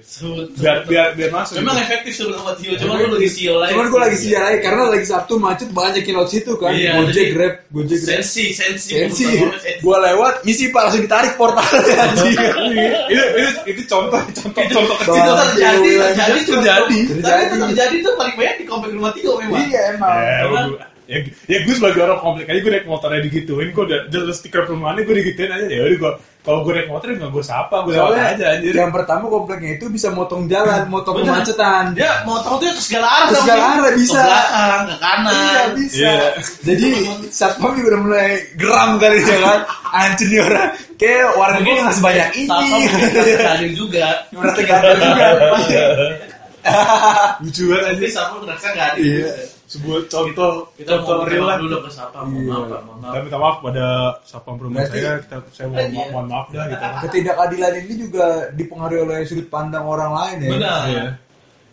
B: Biar biar biar masuk.
E: Memang
B: gitu.
E: efektif suruh sama Tio, cuma lu lagi sial aja.
D: Cuman gue lagi siar aja karena lagi Sabtu macet banyak yang lewat situ kan.
E: Iya,
D: Gojek
E: jadi-
D: Grab, Gojek Grab.
E: Sensi, sensi.
D: Sensi.
E: Bukan sensi.
D: Gue lewat, misi pak langsung ditarik portalnya anjing.
B: iya. itu itu itu contoh contoh contoh
E: Itu
B: kecil.
E: terjadi,
D: Dewa. kan?
E: terjadi,
B: Terjadi.
E: Tapi itu terjadi tuh paling banyak di komplek rumah Tio memang.
D: Iya emang.
B: Eh, gua- ya, ya gue sebagai orang komplek aja gue naik motornya digituin gue udah udah ada stiker perumahannya gue digituin aja ya udah gue kalau gue naik motor nggak gue sapa gue lewat
D: Soalnya
B: aja anjir
D: yang pertama kompleknya itu bisa motong jalan, motong
E: Bener.
D: kemacetan.
B: Iya,
D: Iya,
E: Dia motor tuh ke segala arah.
D: Ke
E: dong.
D: segala arah bisa.
E: Ke belakang, ke
D: Iya
E: kanan.
D: bisa.
B: Iya.
D: Jadi satpam juga udah mulai geram kali ya kan. Anjir nih orang. Kayak warna gue nggak sebanyak
E: Tapi
D: ini.
E: mungkin kadang juga.
D: Merasa gagal juga.
B: Iya.
D: Iya.
B: lucu banget
E: Jadi
B: anjir
E: Sapa merasa nggak ada.
B: ya. Iya. sebuah contoh
E: Kita
B: contoh
E: mau
B: real lah
E: dulu ke Sapa, mohon maaf, Pak, mohon maaf.
B: Saya minta maaf pada sapam perumahan
D: Berarti-
B: saya kita saya
E: Iya.
B: mohon maaf, mohon maaf dah gitu
E: Ah.
D: Ketidakadilan ini juga dipengaruhi oleh sudut pandang orang lain ya.
E: Benar.
B: Iya.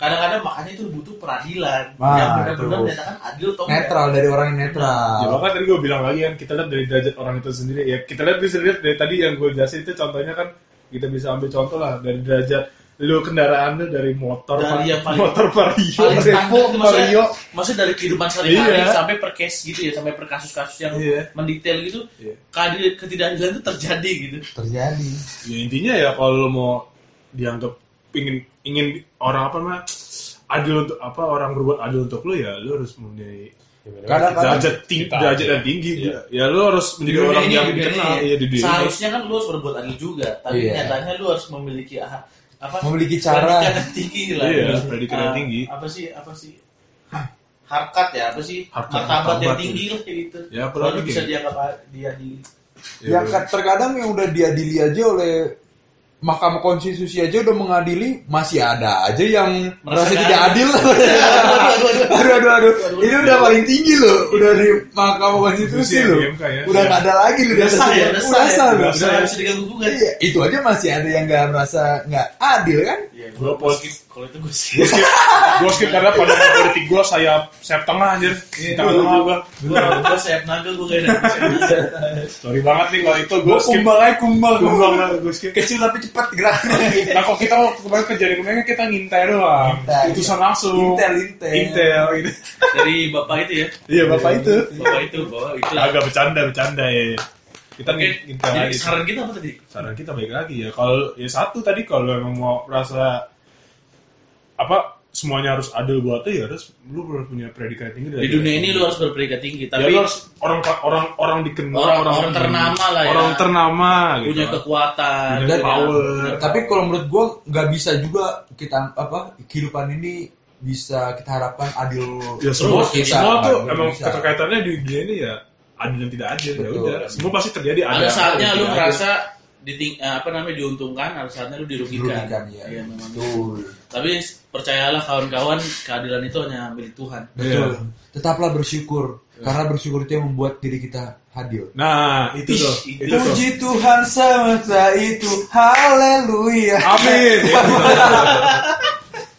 E: Kadang-kadang makanya itu butuh peradilan
D: Wah,
E: yang benar-benar
D: itu.
E: menyatakan adil atau enggak.
D: Netral dari orang yang netral.
B: Ya makanya tadi gue bilang lagi kan kita lihat dari derajat orang itu sendiri ya kita lihat bisa lihat dari tadi yang gue jelasin itu contohnya kan kita bisa ambil contoh lah dari derajat lu kendaraan lu dari motor
E: Dari yang paling-
B: motor vario
E: Paling standar
B: Revo, vario
E: maksudnya, maksudnya dari kehidupan sehari-hari
B: Iya.
E: sampai per case gitu ya, sampai per kasus-kasus yang
B: Iya.
E: mendetail gitu,
B: Iya.
E: keadil- ketidakadilan itu terjadi gitu.
D: Terjadi.
B: ya intinya ya kalau lo mau dianggap ingin ingin orang apa mah adil untuk apa orang berbuat adil untuk lo ya lo harus mempunyai
D: Kadang-kadang
B: derajat tinggi
C: kita
B: derajat yang tinggi
C: Iya.
B: ya lo harus
E: Di
B: menjadi
E: dunia
B: orang
E: ini,
B: yang
E: di dunia
B: dikenal
E: ini.
B: ya di dunia ini.
E: Seharusnya kan lu harus berbuat adil juga, tapi
D: Iya.
E: nyatanya lu harus memiliki ah, apa?
D: Memiliki cara.
E: pendidikan yang tinggi lah.
B: Iya,
E: Gitu.
B: pendidikan
E: Ah,
B: yang tinggi.
E: Apa sih? Apa sih? Harkat ya, apa sih?
B: Harkat,
E: martabat yang
B: martabat.
E: tinggi lah kayak gitu.
B: Ya, apalagi
E: Baru bisa
B: kayak-
E: dianggap a- dia di
D: Ya kan, terkadang yang udah diadili aja oleh Mahkamah Konstitusi aja udah mengadili masih ada aja yang merasa
E: Merasa nggak
D: tidak adil.
E: aduh, aduh, aduh.
D: aduh aduh aduh. Ini udah paling tinggi loh, udah di Mahkamah
B: Konstitusi
D: Konstitusi
B: ya,
D: loh.
B: di MK ya.
D: Udah nggak ada lagi loh di atas
E: sah
D: itu.
E: ya,
D: Udah sah
E: ya.
D: loh.
E: Udah nggak bisa diganggu gugat.
D: Iya, itu aja masih ada yang nggak merasa nggak adil kan?
E: Iya,
B: Gua
E: gua
B: pos-
E: skip. Kalau itu gue skip.
B: gue skip gue skip karena pada politik gue sayap sayap tengah anjir
E: Iya.
B: sayap tengah gue
E: Gue gue sayap naga gue kayak
B: sorry banget nih kalau itu gue
D: Gue
B: skip kan?
D: kumbang aja kumbang.
B: Kumbang lah, gue skip
D: Kecil tapi cepat geraknya.
B: nah kok kita waktu kemarin kejadian kemarin kita ngintai doang
E: iya.
D: Ngintai.
B: putusan langsung
D: Intel intel.
B: intel gitu
E: dari bapak itu ya.
B: iya bapak itu
E: Bapak itu, bapak itu.
B: agak bercanda bercanda ya kita
E: Oke.
B: ngin- ngintai
E: Jadi
B: lagi
E: saran kita apa tadi?
B: saran kita baik lagi ya kalau ya satu tadi kalau emang mau merasa apa semuanya harus adil buat lu ya harus lu harus punya predikat tinggi
E: Di dunia ini lu harus berpredikat tinggi,
B: tapi
E: tapi
B: iya. Ya, lu harus orang orang orang dikenal
E: Orang- orang ternama lah ya.
B: orang ternama gitu
E: punya kekuatan,
B: Punya
E: punya-
B: power.
D: Iya. Tapi kalau menurut gue nggak bisa juga kita apa kehidupan ini bisa kita harapkan adil.
B: ya semua
D: Bisa,
B: semua tuh
D: bisa.
B: emang keterkaitannya di dunia ini ya adil dan tidak adil ya
D: Betul.
B: udah semua pasti terjadi
E: ada saatnya
B: yang
E: lu
B: tidak
E: merasa diting, eh, apa namanya diuntungkan, ada saatnya lu dirugikan.
D: Dirugikan, ya.
E: Iya, memang.
D: Betul.
E: Tapi percayalah kawan-kawan, keadilan itu hanya milik Tuhan.
D: Betul. Tetaplah bersyukur
B: Iya.
D: karena bersyukur itu yang membuat diri kita adil.
B: adil. nah itu tuh itu
E: Ih,
B: tuh
D: Puji Tuhan semesta itu, haleluya.
B: amin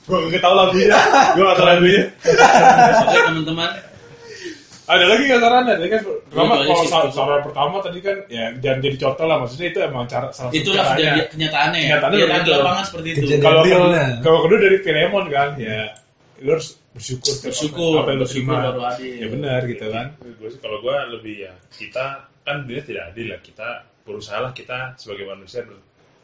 B: gue gak tau lagunya gue gak tau lagunya
E: Oke teman-teman,
B: ada lagi nggak saran tadi kan pertama
E: Itu aja
B: kalau
E: sih,
B: sar-
E: itu.
B: saran pertama tadi kan ya jangan jadi contoh lah maksudnya itu emang cara salah satu
E: itulah
B: caranya.
E: kejadian kenyataannya ya.
B: Kenyataannya
E: Kenyataan di
B: begitu.
E: lapangan seperti itu.
D: Kejadian.
B: kalau
D: Real,
B: kedua,
D: nah.
B: kalau kedua dari Filemon kan ya lu harus bersyukur tuh,
E: Bersyukur,
B: apa yang lu terima
E: bersyukur baru adil.
B: ya benar gitu kan
C: gue sih kalau gue lebih ya kita kan dia tidak adil lah kita berusaha lah kita sebagai manusia bersikap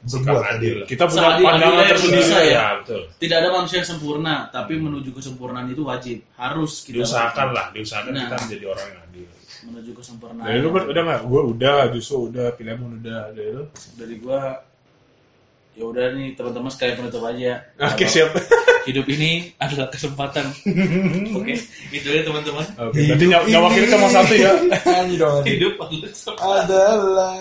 D: Berbuat
C: adil lah Iya,
B: kita punya
E: Seadil-adilnya
B: pandangan
E: yang
B: tersendiri
E: bisa ya.
C: betul
E: Tidak ada manusia yang sempurna, tapi menuju kesempurnaan itu wajib, harus kita
C: diusahakan lah diusahakan
E: Nah.
C: kita menjadi orang yang adil
E: menuju kesempurnaan.
B: dari lu Bert, udah nggak gue udah justru udah Filemon udah dari lu
E: dari gua ya udah nih teman-teman sekalian penutup aja.
B: oke
E: Kalau
B: siap
E: Hidup ini adalah kesempatan. Oke, itu ya teman-teman.
B: oke berarti nyaw- nyawa kita cuma satu ya
D: Nyanyi dong.
E: Hidup adalah kesempatan.
D: Adalah.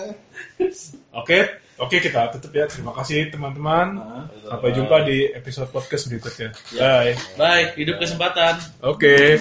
B: oke oke kita tutup ya terima kasih teman-teman
E: Ah, Ya.
B: sampai jumpa di episode podcast berikutnya bye
E: Bye, hidup kesempatan.
B: oke